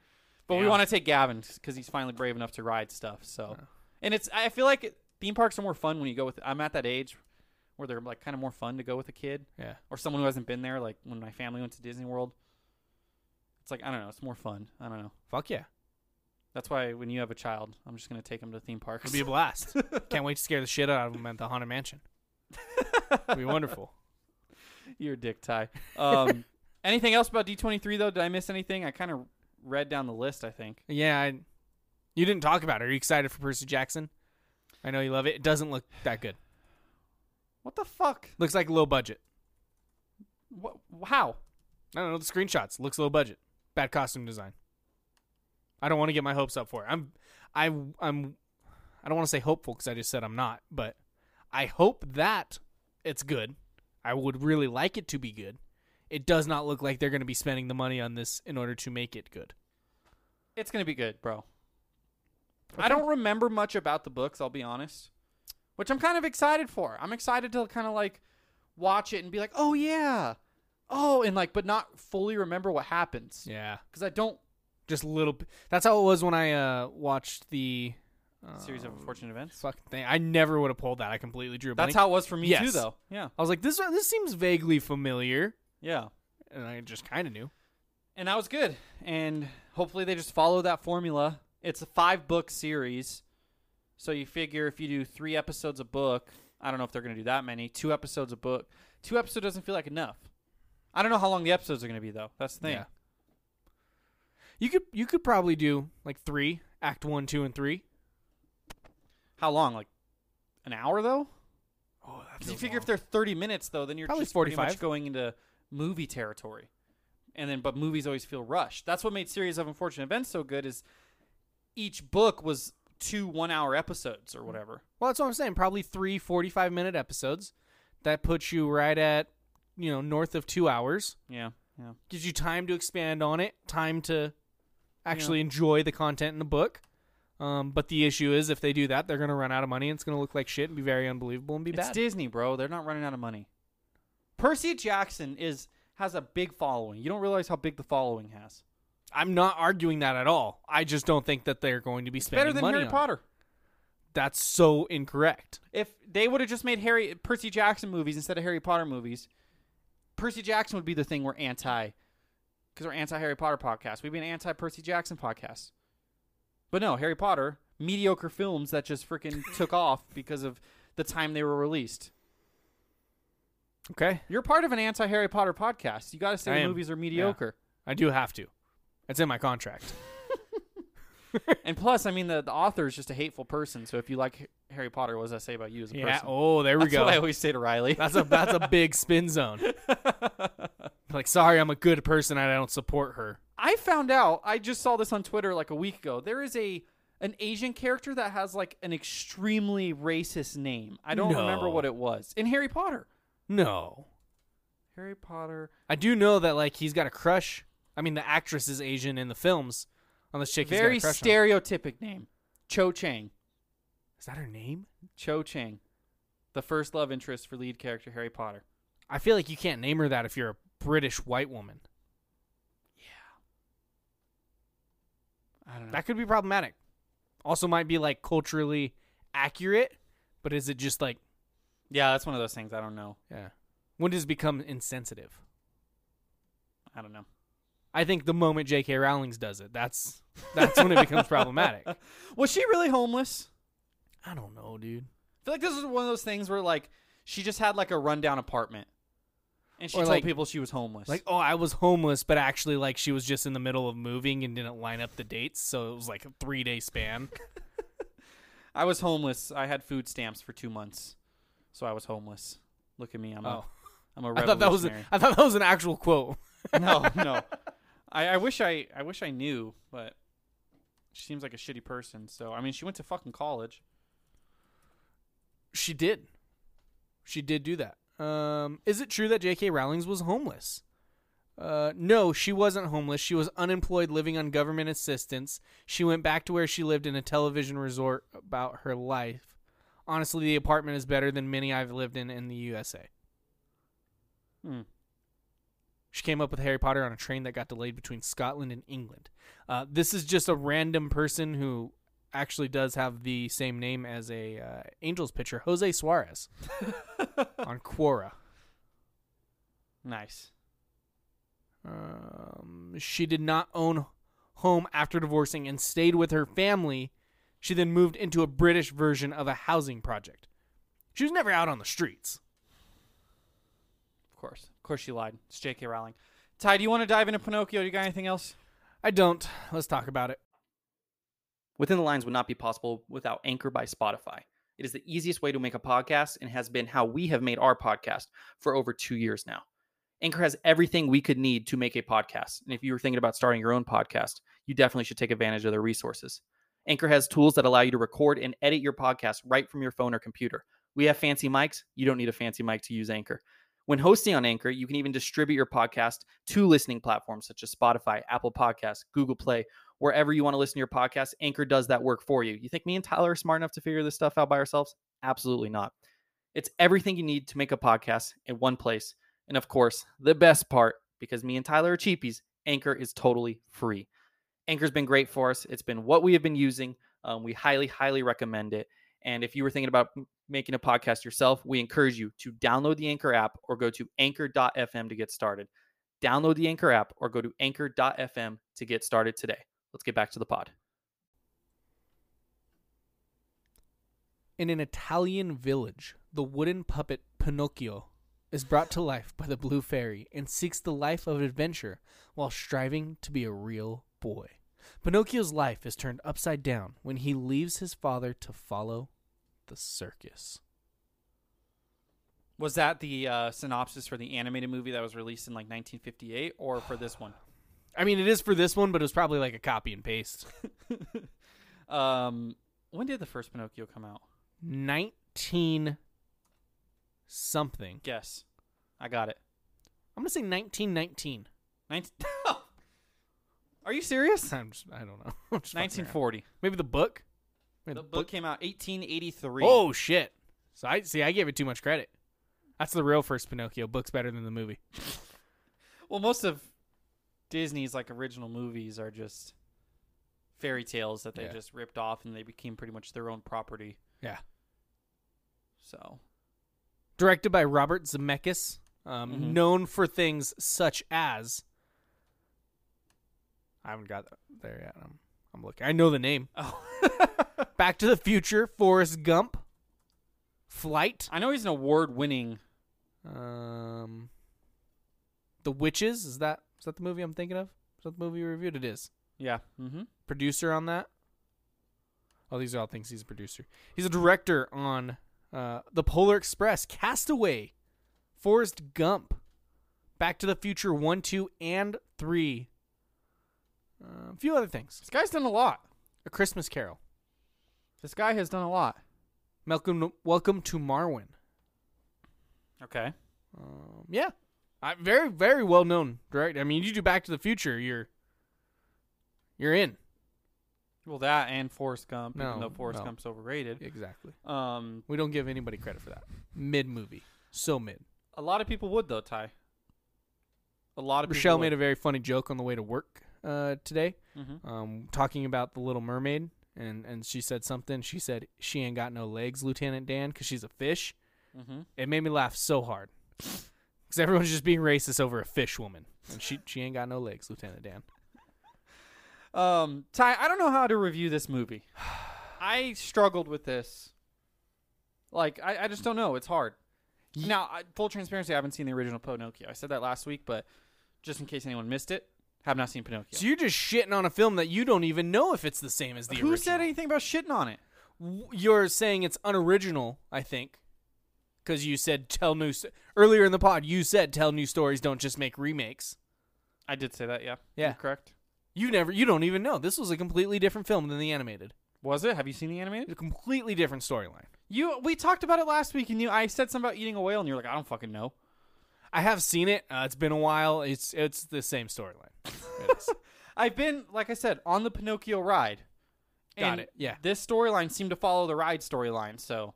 [SPEAKER 1] But we
[SPEAKER 2] Yeah.
[SPEAKER 1] want to take Gavin because he's finally brave enough to ride stuff. So, and it's I feel like theme parks are more fun when you go with. I'm at that age where they're like kind of more fun to go with a kid
[SPEAKER 2] Yeah.
[SPEAKER 1] or someone who hasn't been there. Like when my family went to Disney World, it's like I don't know. It's more fun. I don't know.
[SPEAKER 2] Fuck yeah.
[SPEAKER 1] That's why when you have a child, I'm just gonna take them to theme parks.
[SPEAKER 2] It'll be a blast. Can't wait to scare the shit out of them at the haunted mansion. It'll be wonderful.
[SPEAKER 1] You're a dick, Ty. Um, anything else about D23 though? Did I miss anything? I kind of read down the list. I think.
[SPEAKER 2] Yeah, I, you didn't talk about it. Are you excited for Percy Jackson? I know you love it. It doesn't look that good.
[SPEAKER 1] What the fuck?
[SPEAKER 2] Looks like low budget.
[SPEAKER 1] What? How?
[SPEAKER 2] I don't know the screenshots. Looks low budget. Bad costume design. I don't want to get my hopes up for it. I'm, I, I'm, I don't want to say hopeful because I just said I'm not, but I hope that it's good. I would really like it to be good. It does not look like they're going to be spending the money on this in order to make it good.
[SPEAKER 1] It's gonna be good, bro. I don't remember much about the books. I'll be honest, which I'm kind of excited for. I'm excited to kind of like watch it and be like, oh yeah, oh, and like, but not fully remember what happens
[SPEAKER 2] Yeah,
[SPEAKER 1] because I don't.
[SPEAKER 2] just little. b- That's how it was when I uh, watched the Uh, um,
[SPEAKER 1] Series of unfortunate events.
[SPEAKER 2] fucking thing. I never would have pulled that. I completely drew a blank.
[SPEAKER 1] That's how it was for me too,
[SPEAKER 2] Yes.
[SPEAKER 1] though. Yeah,
[SPEAKER 2] I was like, this this seems vaguely familiar,
[SPEAKER 1] yeah.
[SPEAKER 2] and I just kind of knew.
[SPEAKER 1] and that was good. And hopefully they just follow that formula. It's a five book series, so you figure if you do three episodes a book, I don't know if they're going to do that many. Two episodes a book, two episode doesn't feel like enough. I don't know how long the episodes are going to be though. That's the thing.
[SPEAKER 2] Yeah. You could you could probably do like three act one, two, and three.
[SPEAKER 1] How long? Like an hour though.
[SPEAKER 2] Oh,
[SPEAKER 1] Because you figure if they're thirty minutes though, then you're
[SPEAKER 2] Probably
[SPEAKER 1] just pretty
[SPEAKER 2] 45.
[SPEAKER 1] much going into movie territory. And then, but movies always feel rushed. That's what made series of unfortunate events so good. Is each book was two one-hour episodes
[SPEAKER 2] Mm.
[SPEAKER 1] or whatever.
[SPEAKER 2] well, that's what I'm saying. Probably three 45 minute episodes. That puts you right at you know north of two hours.
[SPEAKER 1] Yeah, yeah.
[SPEAKER 2] Gives you time to expand on it, time to actually enjoy the content in the book. Um, but the issue is, if they do that, they're going to run out of money. and It's going to look like shit and be very unbelievable and be
[SPEAKER 1] It's
[SPEAKER 2] bad.
[SPEAKER 1] Disney, bro. They're not running out of money. Percy Jackson is has a big following. You don't realize how big the following has.
[SPEAKER 2] I'm not arguing that at all. I just don't think that they're going to be spending
[SPEAKER 1] Better than
[SPEAKER 2] money
[SPEAKER 1] Harry
[SPEAKER 2] on it.
[SPEAKER 1] Potter.
[SPEAKER 2] That's so incorrect.
[SPEAKER 1] If they would have just made Harry Percy Jackson movies instead of Harry Potter movies, Percy Jackson would be the thing we're anti because we're anti Harry Potter podcast. We'd be an anti Percy Jackson podcast. But no, Harry Potter, mediocre films that just freaking took off because of the time they were released.
[SPEAKER 2] Okay,
[SPEAKER 1] You're part of an anti Harry Potter podcast. You got to
[SPEAKER 2] I
[SPEAKER 1] say the
[SPEAKER 2] am.
[SPEAKER 1] movies are
[SPEAKER 2] Yeah.
[SPEAKER 1] mediocre.
[SPEAKER 2] I do have to. It's in my contract.
[SPEAKER 1] And plus, I mean, the, the author is just a hateful person. So if you like H- Harry Potter, what does that say about you as a
[SPEAKER 2] Yeah.
[SPEAKER 1] person?
[SPEAKER 2] Oh, there we
[SPEAKER 1] That's
[SPEAKER 2] go.
[SPEAKER 1] what I always say to Riley.
[SPEAKER 2] that's a that's a big spin zone. like, sorry, I'm a good person. and I don't support her.
[SPEAKER 1] I found out. I just saw this on Twitter like a week ago. There is a an Asian character that has like an extremely racist name. I don't remember
[SPEAKER 2] No.
[SPEAKER 1] what it was in Harry Potter.
[SPEAKER 2] No,
[SPEAKER 1] Harry Potter.
[SPEAKER 2] I do know that like he's got a crush. I mean, the actress is Asian in the films. On this chick, he's
[SPEAKER 1] Very
[SPEAKER 2] got a crush on.
[SPEAKER 1] stereotypic name. Cho Chang.
[SPEAKER 2] Is that her name?
[SPEAKER 1] Cho Chang. The first love interest for lead character Harry Potter.
[SPEAKER 2] I feel like you can't name her that if you're a British white woman.
[SPEAKER 1] I don't know.
[SPEAKER 2] That could be problematic. Also, might be like culturally accurate, but is it just like
[SPEAKER 1] yeah, that's one of those things. I don't know.
[SPEAKER 2] yeah? When does it become insensitive?
[SPEAKER 1] I don't know.
[SPEAKER 2] I think the moment J.K. Rowling's does it, that's that's when it becomes problematic.
[SPEAKER 1] Was she really homeless?
[SPEAKER 2] I don't know, dude.
[SPEAKER 1] I feel like this is one of those things where like she just had like a rundown apartment, and she
[SPEAKER 2] Or,
[SPEAKER 1] told
[SPEAKER 2] like-
[SPEAKER 1] people she was homeless.
[SPEAKER 2] Like, oh, I was homeless, but actually, like, she was just in the middle of moving and didn't line up the dates, so it was like a three day span.
[SPEAKER 1] I was homeless. I had food stamps for two months, so I was homeless. Look at me. I'm
[SPEAKER 2] Oh,
[SPEAKER 1] a I'm a
[SPEAKER 2] I thought that was oh,
[SPEAKER 1] revolutionary.
[SPEAKER 2] I thought that was an actual quote.
[SPEAKER 1] no no. I, I wish I I wish I knew, but she seems like a shitty person. So I mean, she went to fucking college.
[SPEAKER 2] She did, she did do that. Um, is it true that J.K. Rowling's was homeless? Uh, no, she wasn't homeless. She was unemployed, living on government assistance. She went back to where she lived in a television resort about her life. Honestly, the apartment is better than many I've lived in in the USA.
[SPEAKER 1] Hmm.
[SPEAKER 2] She came up with Harry Potter on a train that got delayed between Scotland and England. Uh, this is just a random person who actually does have the same name as a uh, Angels pitcher, Jose Suarez, on Quora.
[SPEAKER 1] Nice.
[SPEAKER 2] Um, she did not own home after divorcing and stayed with her family. She then moved into a British version of a housing project. She was never out on the streets.
[SPEAKER 1] Of course. Of course she lied. It's J.K. Rowling. Ty, do you want to dive into Pinocchio? Do you got anything else?
[SPEAKER 2] I don't. Let's talk about it.
[SPEAKER 5] Within the Lines would not be possible without Anchor by Spotify. It is the easiest way to make a podcast and has been how we have made our podcast for over two years now. Anchor has everything we could need to make a podcast. And if you were thinking about starting your own podcast, you definitely should take advantage of their resources. Anchor has tools that allow you to record and edit your podcast right from your phone or computer. We have fancy mics. You don't need a fancy mic to use Anchor. When hosting on Anchor, you can even distribute your podcast to listening platforms such as Spotify, Apple Podcasts, Google Play, wherever you want to listen to your podcast. Anchor does that work for you. You think me and Tyler are smart enough to figure this stuff out by ourselves? Absolutely not. It's everything you need to make a podcast in one place. And of course, the best part, because me and Tyler are cheapies, Anchor is totally free. Anchor's been great for us. It's been what we have been using. Um, we highly, highly recommend it. And if you were thinking about m- making a podcast yourself, we encourage you to download the Anchor app or go to anchor.fm to get started. Download the Anchor app or go to anchor.fm to get started today. Let's get back to the pod.
[SPEAKER 2] In an Italian village, the wooden puppet Pinocchio is brought to life by the blue fairy and seeks the life of adventure while striving to be a real boy. Pinocchio's life is turned upside down when he leaves his father to follow the circus.
[SPEAKER 1] Was that the uh, synopsis for the animated movie that was released in like 1958 or for this one?
[SPEAKER 2] I mean, it is for this one, but it was probably like a copy and paste.
[SPEAKER 1] Um, when did the first Pinocchio come out?
[SPEAKER 2] 19 something.
[SPEAKER 1] Guess. I got it.
[SPEAKER 2] I'm going to say 1919.
[SPEAKER 1] 19- Are you serious?
[SPEAKER 2] I'm just, I don't know. I'm just fucking around.
[SPEAKER 1] 1940.
[SPEAKER 2] Maybe the book? Maybe
[SPEAKER 1] The book came out 1883.
[SPEAKER 2] Oh shit! So I see. I gave it too much credit. That's the real first Pinocchio. Book's better than the movie.
[SPEAKER 1] Well, most of Disney's like original movies are just fairy tales that they
[SPEAKER 2] Yeah.
[SPEAKER 1] just ripped off and they became pretty much their own property.
[SPEAKER 2] Yeah.
[SPEAKER 1] So,
[SPEAKER 2] Directed by Robert Zemeckis, um,
[SPEAKER 1] Mhm.
[SPEAKER 2] known for things such as. I haven't got there yet. I'm, I'm looking. I know the name.
[SPEAKER 1] oh,
[SPEAKER 2] Back to the Future, Forrest Gump, Flight,
[SPEAKER 1] I know he's an award-winning.
[SPEAKER 2] um, The Witches. Is that is that the movie I'm thinking of? Is that the movie we reviewed? It is.
[SPEAKER 1] Yeah. Mm-hmm.
[SPEAKER 2] producer on that. Oh, these are all things he's a producer. He's a director on uh, The Polar Express, Castaway, Forrest Gump, Back to the Future 1, 2, and 3. Uh, a few other things.
[SPEAKER 1] This guy's done a lot.
[SPEAKER 2] A Christmas Carol.
[SPEAKER 1] This guy has done a lot.
[SPEAKER 2] Welcome, welcome to Marwin.
[SPEAKER 1] Okay.
[SPEAKER 2] Um, yeah. I, very, very well known director. I mean, you do Back to the Future, you're you're in.
[SPEAKER 1] Well, that and Forrest Gump, even
[SPEAKER 2] No,
[SPEAKER 1] though Forrest
[SPEAKER 2] no.
[SPEAKER 1] Gump's overrated.
[SPEAKER 2] Exactly.
[SPEAKER 1] Um,
[SPEAKER 2] We don't give anybody credit for that. Mid movie. So mid.
[SPEAKER 1] a lot of people would though, Ty. A lot of
[SPEAKER 2] Rochelle
[SPEAKER 1] people
[SPEAKER 2] made a
[SPEAKER 1] would.
[SPEAKER 2] very funny joke on the way to work uh, today,
[SPEAKER 1] Mhm.
[SPEAKER 2] um, talking about the Little Mermaid, and and she said something. She said she ain't got no legs, Lieutenant Dan, because she's a fish.
[SPEAKER 1] Mhm.
[SPEAKER 2] It made me laugh so hard because everyone's just being racist over a fish woman, and she she ain't got no legs, Lieutenant Dan.
[SPEAKER 1] Um, Ty, I don't know how to review this movie. I struggled with this. Like, I, I just don't know. It's hard. Now, I, full transparency, I haven't seen the original Pinocchio. I said that last week, but just in case anyone missed it, have not seen Pinocchio.
[SPEAKER 2] So you're just shitting on a film that you don't even know if it's the same as the
[SPEAKER 1] Who
[SPEAKER 2] original.
[SPEAKER 1] said anything about shitting on it?
[SPEAKER 2] W- You're saying it's unoriginal, I think, because you said tell new st- earlier in the pod. You said tell new stories, don't just make remakes.
[SPEAKER 1] I did say that, yeah.
[SPEAKER 2] Yeah.
[SPEAKER 1] You're correct.
[SPEAKER 2] You never, you don't even know. This was a completely different film than the animated.
[SPEAKER 1] Was it? Have you seen the
[SPEAKER 2] A
[SPEAKER 1] animated?
[SPEAKER 2] completely different storyline.
[SPEAKER 1] You we talked about it last week and you I said something about eating a whale and you're like, I don't fucking know.
[SPEAKER 2] I have seen it. Uh, it's been a while. It's it's the same storyline. It is.
[SPEAKER 1] I've been, like I said, on the Pinocchio ride.
[SPEAKER 2] Got
[SPEAKER 1] And
[SPEAKER 2] it, yeah.
[SPEAKER 1] This storyline seemed to follow the ride storyline, so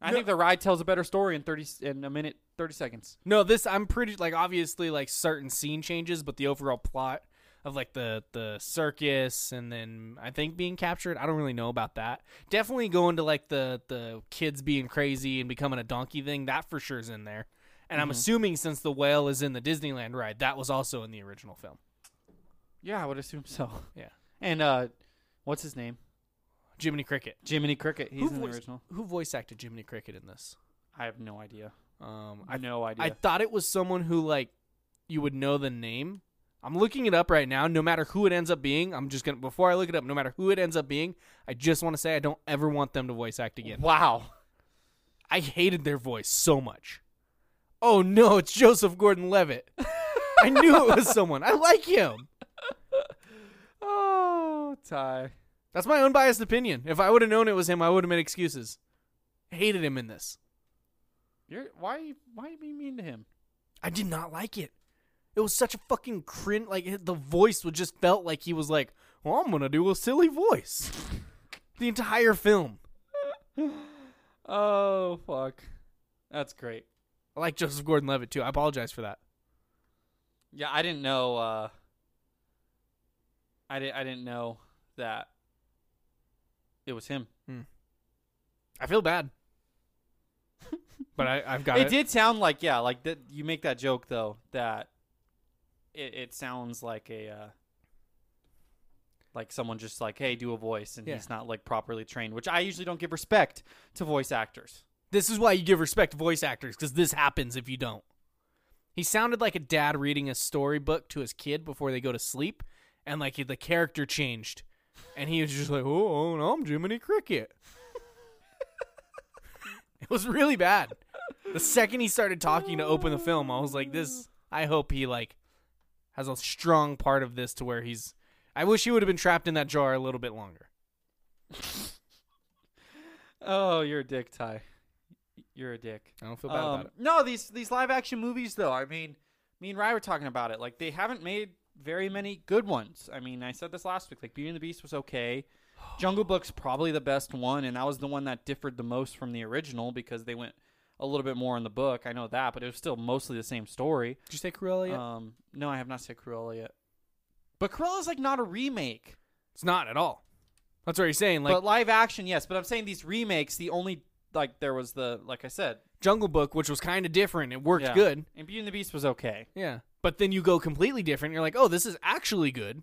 [SPEAKER 1] I think the ride tells a better story in thirty s- in a minute thirty seconds.
[SPEAKER 2] no, this I'm pretty like obviously like certain scene changes, but the overall plot of like the the circus and then I think being captured. I don't really know about that. Definitely going to like the the kids being crazy and becoming a donkey thing. That for sure is in there. And
[SPEAKER 1] Mm-hmm.
[SPEAKER 2] I'm assuming since the whale is in the Disneyland ride, that was also in the original film.
[SPEAKER 1] Yeah, I would assume so.
[SPEAKER 2] Yeah.
[SPEAKER 1] And uh, what's his name?
[SPEAKER 2] Jiminy Cricket.
[SPEAKER 1] Jiminy Cricket. He's in the
[SPEAKER 2] voice-
[SPEAKER 1] original.
[SPEAKER 2] Who voice acted Jiminy Cricket in this?
[SPEAKER 1] I have no idea.
[SPEAKER 2] Um,
[SPEAKER 1] I no idea.
[SPEAKER 2] I thought it was someone who like you would know the name. I'm looking it up right now. No matter who it ends up being, I'm just gonna before I look it up. No matter who it ends up being, I just want to say I don't ever want them to voice act again.
[SPEAKER 1] wow.
[SPEAKER 2] I hated their voice so much. Oh no, it's Joseph Gordon-Levitt. I knew it was someone. I like him.
[SPEAKER 1] Oh, Ty.
[SPEAKER 2] That's my unbiased opinion. If I would have known it was him, I would have made excuses. Hated him in this.
[SPEAKER 1] You're why? are you- Why are you being mean to him?
[SPEAKER 2] I did not like it. It was such a fucking cringe. Like hi- the voice would just felt like he was like, "Well, I'm gonna do a silly voice." the entire film.
[SPEAKER 1] Oh fuck. That's great.
[SPEAKER 2] I like Joseph Gordon-Levitt too. I apologize for that.
[SPEAKER 1] Yeah, I didn't know. Uh, I didn't. I didn't know that it was him.
[SPEAKER 2] I feel bad, but I, I've got
[SPEAKER 1] it
[SPEAKER 2] it.
[SPEAKER 1] did sound like yeah, like that. You make that joke though that it, it sounds like a uh, like someone just like hey do a voice and
[SPEAKER 2] Yeah.
[SPEAKER 1] he's not like properly trained, which I usually don't give respect to voice actors.
[SPEAKER 2] This is why you give respect to voice actors because this happens if you don't. He sounded like a dad reading a storybook to his kid before they go to sleep, and like the character changed, and he was just like, "Oh, no, I'm Jiminy Cricket." it was really bad. The second he started talking to open the film, I was like, "This." I hope he like has a strong part of this to where he's. I wish he would have been trapped in that jar a little bit longer.
[SPEAKER 1] Oh, you're a dick, Ty. You're a dick.
[SPEAKER 2] I don't feel bad
[SPEAKER 1] Um,
[SPEAKER 2] about it.
[SPEAKER 1] No, these these live action movies though. I mean, me and Rye were talking about it. Like they haven't made very many good ones. I mean, I said this last week. Like Beauty and the Beast was okay. Jungle Book's probably the best one, and that was the one that differed the most from the original because they went a little bit more in the book. I know that, but it was still mostly the same story.
[SPEAKER 2] Did you say Cruella yet?
[SPEAKER 1] Um, no, I have not said Cruella yet. But Cruella's like not a remake.
[SPEAKER 2] It's not at all. That's what you're saying. Like
[SPEAKER 1] but live action, yes. But I'm saying these remakes, the only like there was the like I said,
[SPEAKER 2] Jungle Book, which was kind of different. It worked
[SPEAKER 1] Yeah.
[SPEAKER 2] good.
[SPEAKER 1] And Beauty and the Beast was okay.
[SPEAKER 2] Yeah. But then you go completely different. You're like, oh, this is actually good.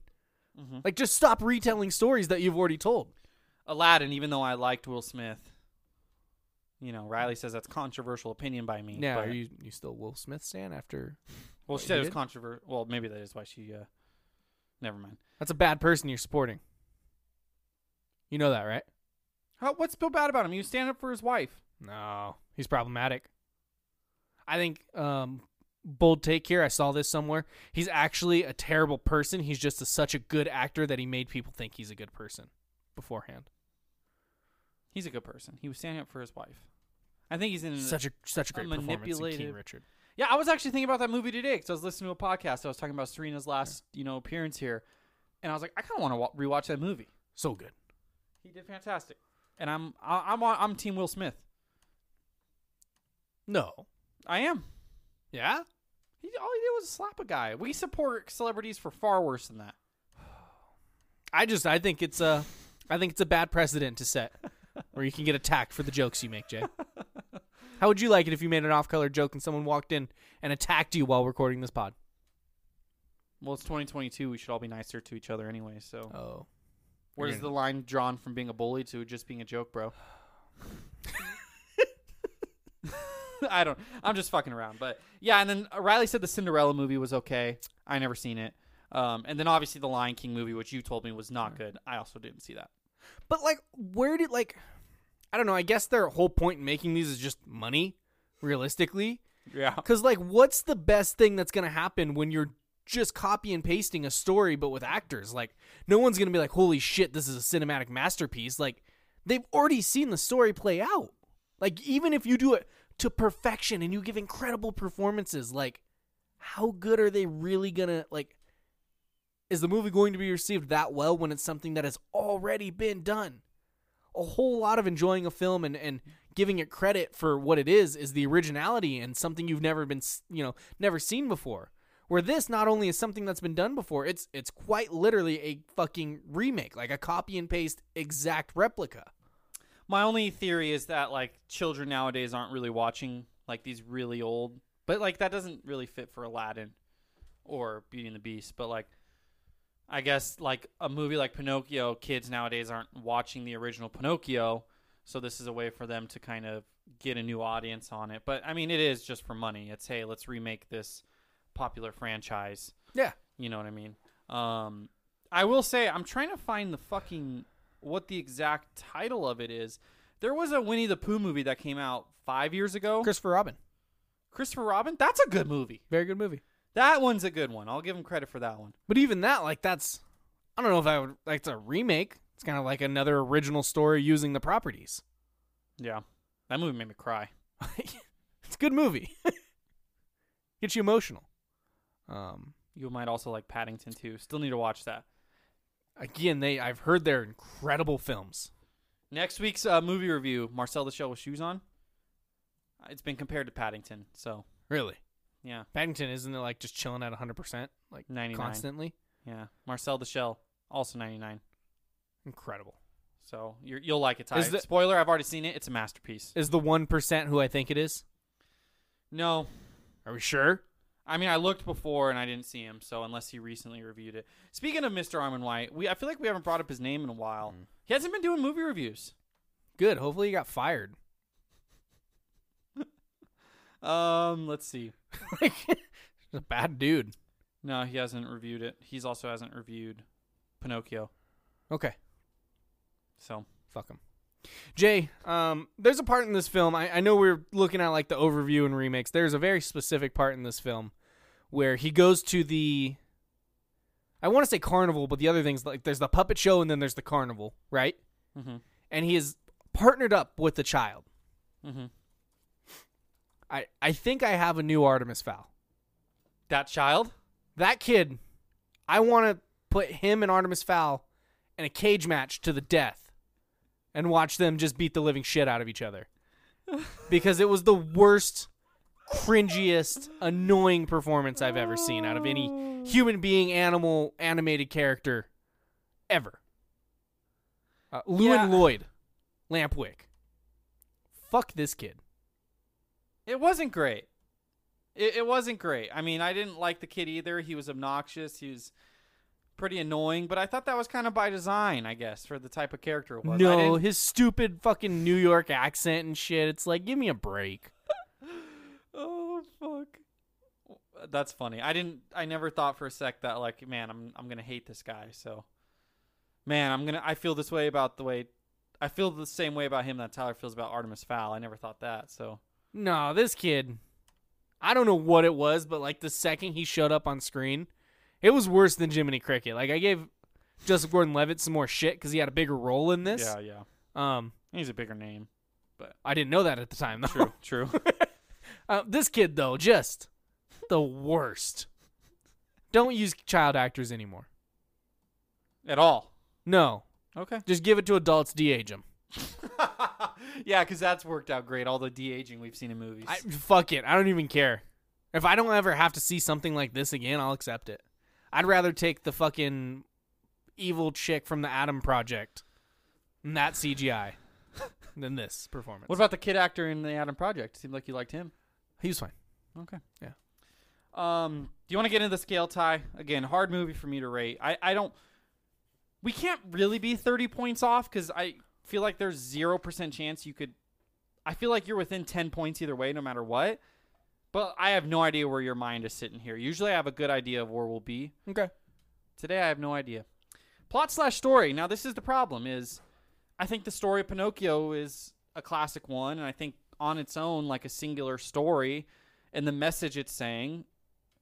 [SPEAKER 1] Mm-hmm.
[SPEAKER 2] Like, just stop retelling stories that you've already told.
[SPEAKER 1] Aladdin, even though I liked Will Smith, you know, Riley says that's controversial opinion by me.
[SPEAKER 2] Yeah.
[SPEAKER 1] but-
[SPEAKER 2] Are you, you still Will Smith stand after?
[SPEAKER 1] well, she
[SPEAKER 2] what,
[SPEAKER 1] said
[SPEAKER 2] he
[SPEAKER 1] it was
[SPEAKER 2] did?
[SPEAKER 1] controversial. Well, maybe that is why she. uh Never mind.
[SPEAKER 2] That's a bad person you're supporting. You know that, right?
[SPEAKER 1] How, what's so bad about him? You stand up for his wife.
[SPEAKER 2] No. He's problematic. I think, um, bold take here. I saw this somewhere. He's actually a terrible person. He's just a, such a good actor that he made people think he's a good person beforehand.
[SPEAKER 1] He's a good person. He was standing up for his wife. I think he's in
[SPEAKER 2] Such a such a great performance in King
[SPEAKER 1] manipulative-
[SPEAKER 2] Richard.
[SPEAKER 1] Yeah, I was actually thinking about that movie today because I was listening to a podcast. I was talking about Serena's last, you know, appearance here, and I was like, I kind of want to wa- rewatch that movie.
[SPEAKER 2] So good.
[SPEAKER 1] He did fantastic, and I'm I- I'm on, I'm Team Will Smith.
[SPEAKER 2] No.
[SPEAKER 1] I am.
[SPEAKER 2] Yeah?
[SPEAKER 1] He, all he did was slap a guy. We support celebrities for far worse than that.
[SPEAKER 2] I just I think it's a I think it's a bad precedent to set where you can get attacked for the jokes you make, Jay. How would you like it if you made an off-color joke and someone walked in and attacked you while recording this pod?
[SPEAKER 1] Well, it's 2022. We should all be nicer to each other anyway. So,
[SPEAKER 2] Oh.
[SPEAKER 1] where's
[SPEAKER 2] you're-
[SPEAKER 1] the line drawn from being a bully to just being a joke, bro? I don't. I'm just fucking around. But yeah, and then Riley said the Cinderella movie was okay. I never seen it. Um, and then obviously the Lion King movie, which you told me was not good. I also didn't see that.
[SPEAKER 2] But like where did like I don't know, I guess their whole point in making these is just money, realistically.
[SPEAKER 1] Yeah.
[SPEAKER 2] Cuz like what's the best thing that's going to happen when you're just copy and pasting a story but with actors? Like no one's going to be like, "Holy shit, this is a cinematic masterpiece." Like they've already seen the story play out. Like even if you do it to perfection and you give incredible performances, like how good are they really gonna like is the movie going to be received that well when it's something that has already been done? A whole lot of enjoying a film and, and giving it credit for what it is is the originality and something you've never been s- you know never seen before. Where this not only is something that's been done before, it's it's quite literally a fucking remake, like a copy and paste exact replica.
[SPEAKER 1] My only theory is that like children nowadays aren't really watching like these really old, but like that doesn't really fit for Aladdin or Beauty and the Beast. But like, I guess like a movie like Pinocchio, kids nowadays aren't watching the original Pinocchio, so this is a way for them to kind of get a new audience on it. But I mean, it is just for money. It's hey, let's remake this popular franchise.
[SPEAKER 2] Yeah.
[SPEAKER 1] You know what I mean? Um, I will say I'm trying to find the fucking what the exact title of it is. There was a Winnie the Pooh movie that came out five years ago.
[SPEAKER 2] Christopher Robin.
[SPEAKER 1] Christopher Robin. That's a good movie.
[SPEAKER 2] Very good movie.
[SPEAKER 1] That one's a good one. I'll give him credit for that one.
[SPEAKER 2] But even that, like that's I don't know if I would like it's a remake. It's kind of like another original story using the properties.
[SPEAKER 1] Yeah, that movie made me cry.
[SPEAKER 2] It's a good movie. Gets you emotional. Um
[SPEAKER 1] You might also like Paddington too. Still need to watch that.
[SPEAKER 2] again, they I've heard they're incredible films.
[SPEAKER 1] Next week's uh, movie review: Marcel the Shell with Shoes on. Uh, It's been compared to Paddington, so
[SPEAKER 2] Really.
[SPEAKER 1] yeah,
[SPEAKER 2] Paddington isn't it like just chilling at 100% like
[SPEAKER 1] 99.
[SPEAKER 2] constantly?
[SPEAKER 1] yeah. Marcel the Shell, also ninety nine.
[SPEAKER 2] Incredible.
[SPEAKER 1] So you're, you'll like it. Ty.
[SPEAKER 2] Is the-
[SPEAKER 1] Spoiler: I've already seen it. It's a masterpiece.
[SPEAKER 2] Is the 1% who I think it is?
[SPEAKER 1] No,
[SPEAKER 2] Are we sure?
[SPEAKER 1] I mean, I looked before and I didn't see him. So unless he recently reviewed it. Speaking of Mr. Armin White, we I feel like we haven't brought up his name in a while.
[SPEAKER 2] Mm-hmm.
[SPEAKER 1] He hasn't been doing movie reviews.
[SPEAKER 2] Good. Hopefully he got fired.
[SPEAKER 1] Um, let's see.
[SPEAKER 2] Like, he's a bad dude.
[SPEAKER 1] No, he hasn't reviewed it. He's also hasn't reviewed Pinocchio.
[SPEAKER 2] Okay.
[SPEAKER 1] So
[SPEAKER 2] Fuck him. Jay, um, there's a part in this film. I, I know we are looking at like the overview and remakes. There's a very specific part in this film where he goes to the. I want to say carnival, but the other things like there's the puppet show and then there's the carnival, right?
[SPEAKER 1] Mhm.
[SPEAKER 2] And he is partnered up with the child.
[SPEAKER 1] Mhm.
[SPEAKER 2] I I think I have a new Artemis Fowl.
[SPEAKER 1] that child,
[SPEAKER 2] That kid, I want to put him and Artemis Fowl in a cage match to the death and watch them just beat the living shit out of each other. Because it was the worst, cringiest, annoying performance I've ever seen out of any human being, animal, animated character ever. Uh, Lewin
[SPEAKER 1] Yeah.
[SPEAKER 2] Lloyd, Lampwick. Fuck this kid.
[SPEAKER 1] it wasn't great. It, it wasn't great. I mean, I didn't like the kid either. He was obnoxious. He was pretty annoying. But I thought that was kind of by design, I guess, for the type of character it was. I
[SPEAKER 2] No,
[SPEAKER 1] didn't-
[SPEAKER 2] his stupid fucking New York accent and shit. It's like, give me a break.
[SPEAKER 1] Oh fuck. That's funny. I didn't I never thought for a sec that like, man, I'm I'm going to hate this guy. So man, I'm going to I feel this way about the way I feel the same way about him that Tyler feels about Artemis Fowl. I never thought that. So
[SPEAKER 2] No, this kid. I don't know what it was, but like the second he showed up on screen, it was worse than Jiminy Cricket. Like I gave Joseph Gordon-Levitt some more shit because he had a bigger role in this.
[SPEAKER 1] yeah, yeah.
[SPEAKER 2] Um,
[SPEAKER 1] He's a bigger name.
[SPEAKER 2] I didn't know that at the time though.
[SPEAKER 1] True, true.
[SPEAKER 2] Uh, this kid though, just the worst. Don't use child actors anymore.
[SPEAKER 1] At all.
[SPEAKER 2] No,
[SPEAKER 1] Okay.
[SPEAKER 2] just give it to adults. De-age them.
[SPEAKER 1] yeah, cuz that's worked out great all the de-aging we've seen in movies.
[SPEAKER 2] I, fuck it. I don't even care. If I don't ever have to see something like this again, I'll accept it. I'd rather take the fucking evil chick from the Atom Project and that CGI than this performance.
[SPEAKER 1] what about the kid actor in the Adam Project? Seemed like you liked him.
[SPEAKER 2] he was fine.
[SPEAKER 1] Okay.
[SPEAKER 2] Yeah.
[SPEAKER 1] Um, do you want to get into the scale tie again? Hard movie for me to rate. I I don't. We can't really be thirty points off because I feel like there's zero percent chance you could. I feel like you're within ten points either way, no matter what. But I have no idea where your mind is sitting here. Usually, I have a good idea of where we'll be.
[SPEAKER 2] Okay.
[SPEAKER 1] Today, I have no idea. Plot slash story. Now, this is the problem. Is I think the story of Pinocchio is a classic one, and I think on its own, like a singular story, and the message it's saying,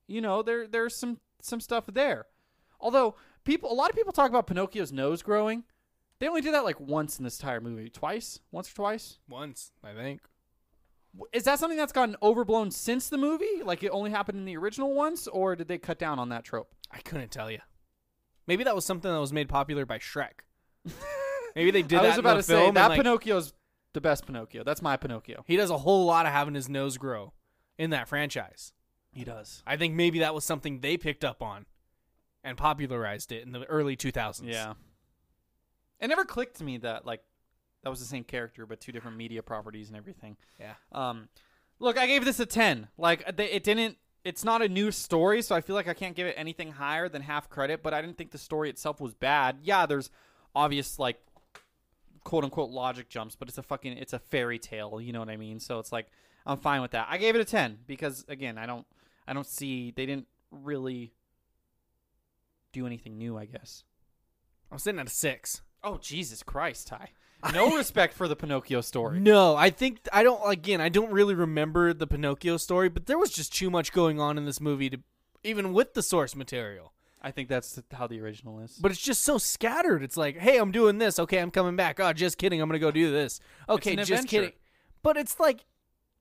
[SPEAKER 1] you know, there there's some some stuff there. Although people, a lot of people talk about Pinocchio's nose growing. They only did that like once in this entire movie. Twice, once or twice.
[SPEAKER 2] Once, I think.
[SPEAKER 1] W- Is that something that's gotten overblown since the movie? Like it only happened in the original ones, or did they cut down on that trope?
[SPEAKER 2] I couldn't tell you. Maybe that was something that was made popular by Shrek. Maybe they did
[SPEAKER 1] I
[SPEAKER 2] that
[SPEAKER 1] was
[SPEAKER 2] in
[SPEAKER 1] about
[SPEAKER 2] the
[SPEAKER 1] to
[SPEAKER 2] film
[SPEAKER 1] say
[SPEAKER 2] and,
[SPEAKER 1] that
[SPEAKER 2] like,
[SPEAKER 1] Pinocchio's the best Pinocchio. That's my Pinocchio.
[SPEAKER 2] He does a whole lot of having his nose grow in that franchise.
[SPEAKER 1] He does.
[SPEAKER 2] I think maybe that was something they picked up on and popularized it in the early 2000s.
[SPEAKER 1] Yeah. It never clicked to me that like that was the same character but two different media properties and everything.
[SPEAKER 2] Yeah.
[SPEAKER 1] Um look, I gave this a 10. Like uh, they, it didn't it's not a new story, so I feel like I can't give it anything higher than half credit, but I didn't think the story itself was bad. Yeah, there's obvious like quote unquote logic jumps, but it's a fucking it's a fairy tale, you know what I mean? So it's like I'm fine with that. I gave it a 10 because again, I don't I don't see they didn't really do anything new, I guess.
[SPEAKER 2] I'm sitting at a six.
[SPEAKER 1] Oh Jesus Christ, Ty! No respect for the Pinocchio story.
[SPEAKER 2] No, I think I don't. Again, I don't really remember the Pinocchio story, but there was just too much going on in this movie to even with the source material.
[SPEAKER 1] I think that's how the original is.
[SPEAKER 2] But it's just so scattered. It's like, hey, I'm doing this. Okay, I'm coming back. Oh, just kidding. I'm gonna go do this. Okay,
[SPEAKER 1] an
[SPEAKER 2] just
[SPEAKER 1] adventure.
[SPEAKER 2] kidding. But it's like,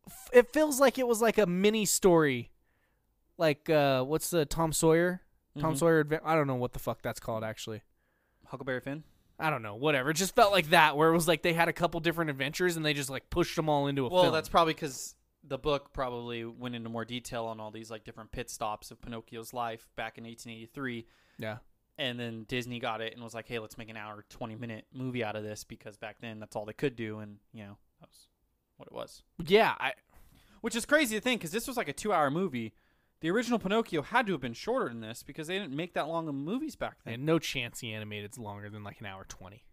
[SPEAKER 2] f- it feels like it was like a mini story. Like, uh, what's the Tom Sawyer? Tom
[SPEAKER 1] Mm-hmm.
[SPEAKER 2] Sawyer. Adve- I don't know what the fuck that's called actually.
[SPEAKER 1] Huckleberry Finn.
[SPEAKER 2] I don't know. Whatever. It just felt like that, where it was like they had a couple different adventures and they just like pushed them all into a
[SPEAKER 1] Well,
[SPEAKER 2] film.
[SPEAKER 1] that's probably because the book probably went into more detail on all these like different pit stops of Pinocchio's life back in 1883,
[SPEAKER 2] yeah.
[SPEAKER 1] and then Disney got it and was like, "Hey, let's make an hour, 20 minute movie out of this," because back then that's all they could do, and you know that was what it was.
[SPEAKER 2] Yeah, I
[SPEAKER 1] Which is crazy to think because this was like a two hour movie. The original Pinocchio had to have been shorter than this because they didn't make that long of movies back then.
[SPEAKER 2] and no chance the animated's longer than like an hour twenty.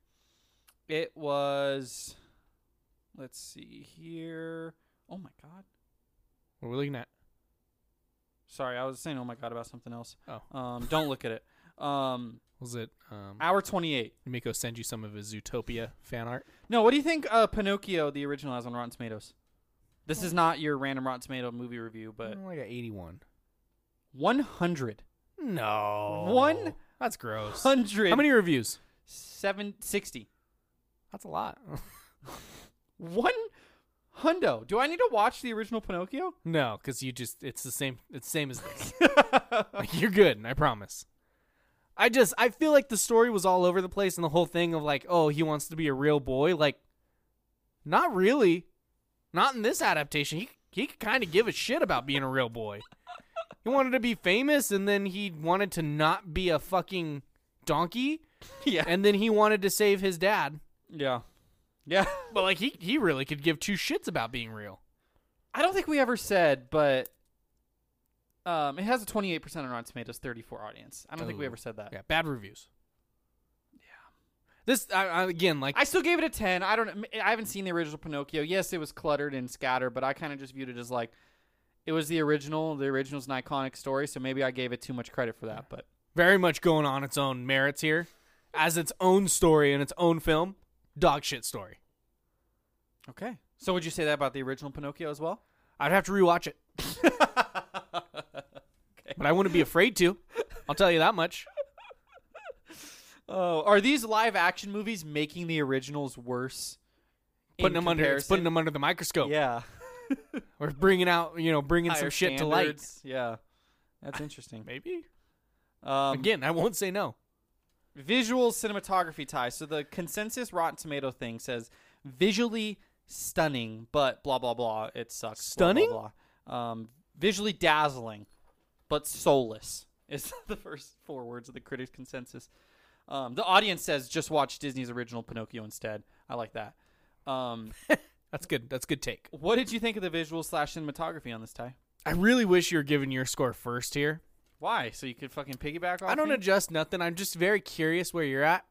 [SPEAKER 1] It was. Let's see here. Oh my god.
[SPEAKER 2] What are we looking at?
[SPEAKER 1] Sorry, I was saying oh my god about something else.
[SPEAKER 2] Oh.
[SPEAKER 1] Um, don't look at it. Um,
[SPEAKER 2] Was it um
[SPEAKER 1] hour twenty-eight.
[SPEAKER 2] Miko send you some of his Zootopia fan art?
[SPEAKER 1] No, what do you think? Uh, Pinocchio, the original, has on Rotten Tomatoes. This is not your random Rotten Tomato movie review, but
[SPEAKER 2] Mm, like an eighty one.
[SPEAKER 1] one hundred.
[SPEAKER 2] No.
[SPEAKER 1] One
[SPEAKER 2] That's gross.
[SPEAKER 1] Hundred.
[SPEAKER 2] How many reviews?
[SPEAKER 1] Seven sixty.
[SPEAKER 2] That's a lot.
[SPEAKER 1] One hundo. Do I need to watch the original Pinocchio?
[SPEAKER 2] no, because you just it's the same it's the same as this. Like, You're good, I promise. I just I feel like the story was all over the place and the whole thing of like, oh, he wants to be a real boy, like not really. Not in this adaptation. He he could kind of give a shit about being a real boy. he wanted to be famous and then he wanted to not be a fucking donkey
[SPEAKER 1] yeah.
[SPEAKER 2] and then he wanted to save his dad.
[SPEAKER 1] yeah. Yeah.
[SPEAKER 2] But like he he really could give two shits about being real.
[SPEAKER 1] I don't think we ever said, but um, it has a 28% on Rotten Tomatoes, 34 audience. I don't think we
[SPEAKER 2] Ooh.
[SPEAKER 1] ever said that.
[SPEAKER 2] Yeah, bad reviews. Yeah. This I, I, again like
[SPEAKER 1] I still gave it a 10. I don't know- I haven't seen the original Pinocchio. Yes, it was cluttered and scattered, but I kind of just viewed it as like it was the original. The original's an iconic story, so maybe I gave it too much credit for that, but
[SPEAKER 2] very much going on its own merits here as its own story and its own film dog shit story
[SPEAKER 1] okay. So would you say that about the original Pinocchio as well?
[SPEAKER 2] i'd have to rewatch it but i wouldn't be afraid to i'll tell you that much
[SPEAKER 1] Oh, are these live action movies making the originals worse? in
[SPEAKER 2] putting them under it's
[SPEAKER 1] comparison?
[SPEAKER 2] putting them under the microscope
[SPEAKER 1] Yeah.
[SPEAKER 2] or bringing out you know bringing some
[SPEAKER 1] Higher
[SPEAKER 2] shit to light
[SPEAKER 1] standards. Yeah. That's interesting.
[SPEAKER 2] maybe
[SPEAKER 1] Um,
[SPEAKER 2] again i won't say no
[SPEAKER 1] visual cinematography tie. So the consensus Rotten Tomato thing says visually stunning, but blah blah blah. It sucks. blah, blah,
[SPEAKER 2] Stunning?
[SPEAKER 1] Blah, Um, visually dazzling, but soulless is the first four words of the critics' consensus. Um, the audience says just watch Disney's original Pinocchio instead. I like that. Um,
[SPEAKER 2] that's good that's good take
[SPEAKER 1] what did you think of the visual slash cinematography on this tie?
[SPEAKER 2] i really wish you were giving your score first here
[SPEAKER 1] Why? So you could fucking piggyback off?
[SPEAKER 2] i don't
[SPEAKER 1] me?
[SPEAKER 2] adjust nothing i'm just very curious where you're at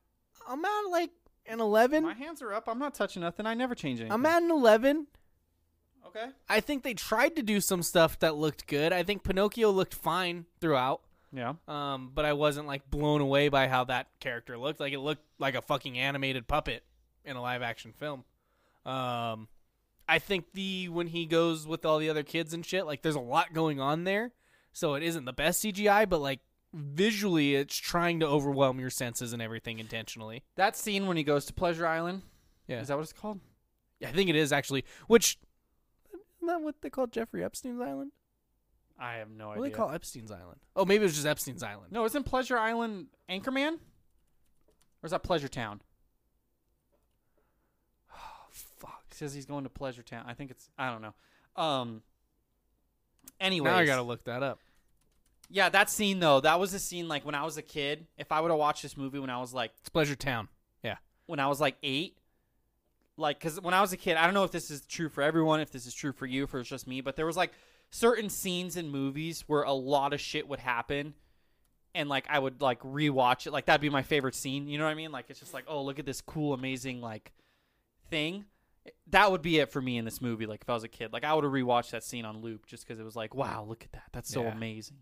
[SPEAKER 2] i'm at like an 11
[SPEAKER 1] My hands are up. I'm not touching nothing. I never change anything.
[SPEAKER 2] i'm at an 11
[SPEAKER 1] okay.
[SPEAKER 2] I think they tried to do some stuff that looked good. I think Pinocchio looked fine throughout,
[SPEAKER 1] Yeah.
[SPEAKER 2] um, but I wasn't like blown away by how that character looked. Like it looked like a fucking animated puppet in a live action film. Um, I think the when he goes with all the other kids and shit, like there's a lot going on there, so it isn't the best CGI, but like visually, it's trying to overwhelm your senses and everything intentionally.
[SPEAKER 1] That scene when he goes to Pleasure Island.
[SPEAKER 2] Yeah,
[SPEAKER 1] Is that what it's called?
[SPEAKER 2] I think it is actually. Which Isn't that what they call Jeffrey Epstein's island?
[SPEAKER 1] I have no
[SPEAKER 2] What do
[SPEAKER 1] idea.
[SPEAKER 2] they call Epstein's island? Oh, maybe it was just Epstein's island.
[SPEAKER 1] No, isn't Pleasure Island Anchorman? Or is that Pleasure Town? Oh, fuck. He says he's going to Pleasure Town. I think it's I don't know. Um anyways.
[SPEAKER 2] now I gotta look that up.
[SPEAKER 1] Yeah, that scene though, that was a scene like when I was a kid. If I would have watched this movie when I was like
[SPEAKER 2] It's Pleasure Town. Yeah.
[SPEAKER 1] when I was like eight. Like, because when I was a kid, I don't know if this is true for everyone, if this is true for you, if it was just me, but there was like certain scenes in movies where a lot of shit would happen. And like, I would like rewatch it. Like, that'd be my favorite scene. You know what I mean? Like, it's just like, oh, look at this cool, amazing, like thing. That would be it for me in this movie. Like, if I was a kid, like, I would have rewatched that scene on loop just because it was like, wow, look at that. That's so
[SPEAKER 2] Yeah.
[SPEAKER 1] amazing.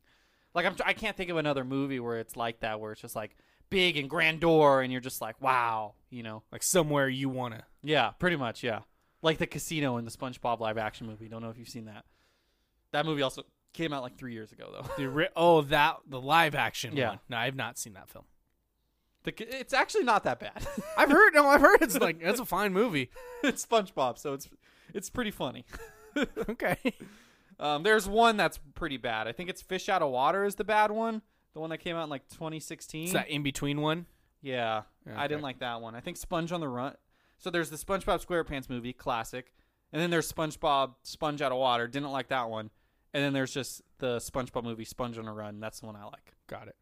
[SPEAKER 1] Like, I'm, tr- I can't think of another movie where it's like that, where it's just like big and grandeur, and you're just like, wow, you know?
[SPEAKER 2] Like somewhere you wanna.
[SPEAKER 1] Yeah, pretty much. Yeah, like the casino in the SpongeBob live action movie. Don't know if you've seen that. That movie also came out like three years ago, though.
[SPEAKER 2] The ri- oh that the live action
[SPEAKER 1] Yeah.
[SPEAKER 2] one. No, I've not seen that film.
[SPEAKER 1] The, ca- it's actually not that bad.
[SPEAKER 2] I've heard. No, I've heard it's like that's a fine movie.
[SPEAKER 1] it's SpongeBob, so it's it's pretty funny.
[SPEAKER 2] Okay.
[SPEAKER 1] Um, there's one that's pretty bad. I think it's Fish Out of Water is the bad one. The one that came out in like 2016.
[SPEAKER 2] It's that in between one.
[SPEAKER 1] Yeah, I didn't
[SPEAKER 2] okay.
[SPEAKER 1] like that one. I think Sponge on the Run. So there's the SpongeBob SquarePants movie, classic, and then there's SpongeBob Sponge Out of Water. Didn't like that one. And then there's just the SpongeBob movie, Sponge on a Run. That's the one I like.
[SPEAKER 2] Got it.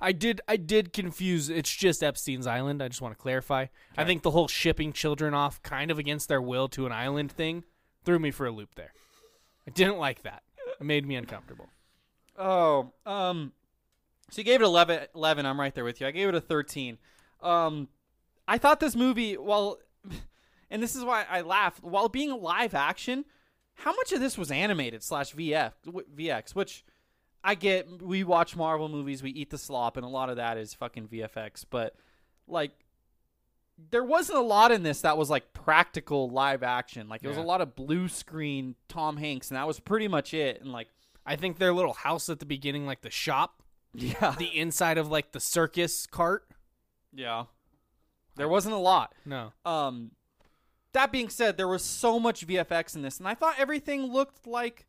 [SPEAKER 2] I did. I did confuse. It's just Epstein's island. I just want to clarify. I think the whole shipping children off, kind of against their will, to an island thing, threw me for a loop there. I didn't like that. It made me uncomfortable.
[SPEAKER 1] Oh, um, so you gave it 11, 11. I'm right there with you. I gave it a 13. Um, I thought this movie, well, and this is why I laughed, while being live action, how much of this was animated slash VF, w- VX, which I get, we watch Marvel movies, we eat the slop, and a lot of that is fucking VFX, but like, there wasn't a lot in this that was like practical live action. Like, it was a
[SPEAKER 2] Yeah.
[SPEAKER 1] lot of blue screen Tom Hanks, and that was pretty much it. And like,
[SPEAKER 2] I think their little house at the beginning, like the shop,
[SPEAKER 1] yeah.
[SPEAKER 2] the inside of like the circus cart.
[SPEAKER 1] Yeah. There wasn't a lot.
[SPEAKER 2] No.
[SPEAKER 1] Um that being said, there was so much VFX in this and I thought everything looked like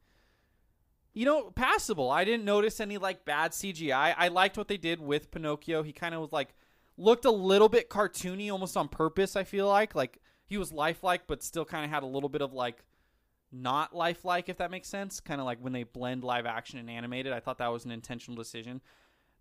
[SPEAKER 1] you know, passable. I didn't notice any like bad CGI. I liked what they did with Pinocchio. He kind of was like looked a little bit cartoony almost on purpose, I feel like. Like he was lifelike but still kind of had a little bit of like not lifelike if that makes sense. Kind of like when they blend live action and animated. I thought that was an intentional decision.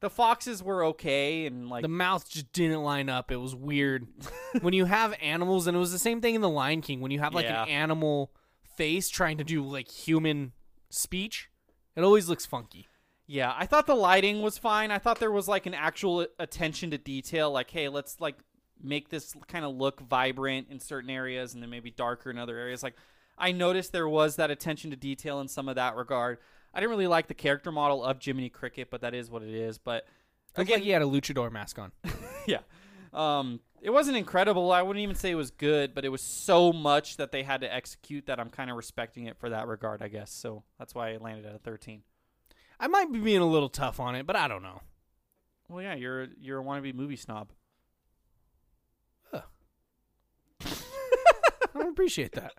[SPEAKER 1] The foxes were okay and like
[SPEAKER 2] the mouth just didn't line up. It was weird. when you have animals, and it was the same thing in The Lion King, when you have like
[SPEAKER 1] Yeah.
[SPEAKER 2] an animal face trying to do like human speech, it always looks funky.
[SPEAKER 1] Yeah, I thought the lighting was fine. I thought there was like an actual attention to detail like hey, let's like make this kind of look vibrant in certain areas and then maybe darker in other areas. Like I noticed there was that attention to detail in some of that regard. I didn't really like the character model of Jiminy Cricket, but that is what it is, but
[SPEAKER 2] Looked like he had a luchador mask on.
[SPEAKER 1] yeah. Um, it wasn't incredible. I wouldn't even say it was good, but it was so much that they had to execute that I'm kind of respecting it for that regard, I guess. So that's why I landed at a 13.
[SPEAKER 2] I might be being a little tough on it, but I don't know.
[SPEAKER 1] Well, yeah, you're you're a wannabe movie snob.
[SPEAKER 2] I appreciate that.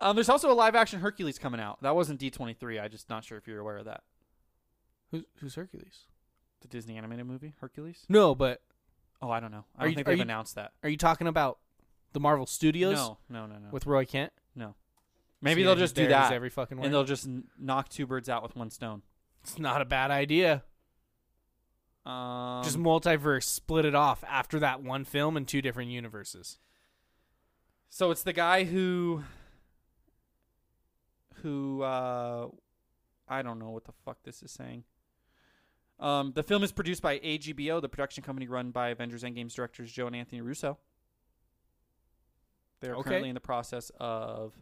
[SPEAKER 1] Um, there's also a live action Hercules coming out. That wasn't D23. I'm just not sure if you're aware of that.
[SPEAKER 2] Who's, who's Hercules?
[SPEAKER 1] The Disney animated movie, Hercules?
[SPEAKER 2] No, but
[SPEAKER 1] Oh, I don't know. I
[SPEAKER 2] Are
[SPEAKER 1] don't
[SPEAKER 2] you-
[SPEAKER 1] think
[SPEAKER 2] are
[SPEAKER 1] they've
[SPEAKER 2] you-
[SPEAKER 1] announced that.
[SPEAKER 2] are you talking about the Marvel Studios
[SPEAKER 1] No, no, no, no.
[SPEAKER 2] with Roy Kent?
[SPEAKER 1] no. Maybe
[SPEAKER 2] See,
[SPEAKER 1] they'll
[SPEAKER 2] he's
[SPEAKER 1] just
[SPEAKER 2] there,
[SPEAKER 1] do
[SPEAKER 2] he's
[SPEAKER 1] that.
[SPEAKER 2] every fucking word.
[SPEAKER 1] and they'll just n- knock two birds out with one stone.
[SPEAKER 2] It's not a bad idea.
[SPEAKER 1] Um,
[SPEAKER 2] just multiverse, split it off after that one film in two different universes.
[SPEAKER 1] so it's the guy who, who, uh, I don't know what the fuck this is saying. Um, the film is produced by AGBO, the production company run by Avengers Endgame's directors Joe and Anthony Russo. They're
[SPEAKER 2] Okay.
[SPEAKER 1] currently in the process of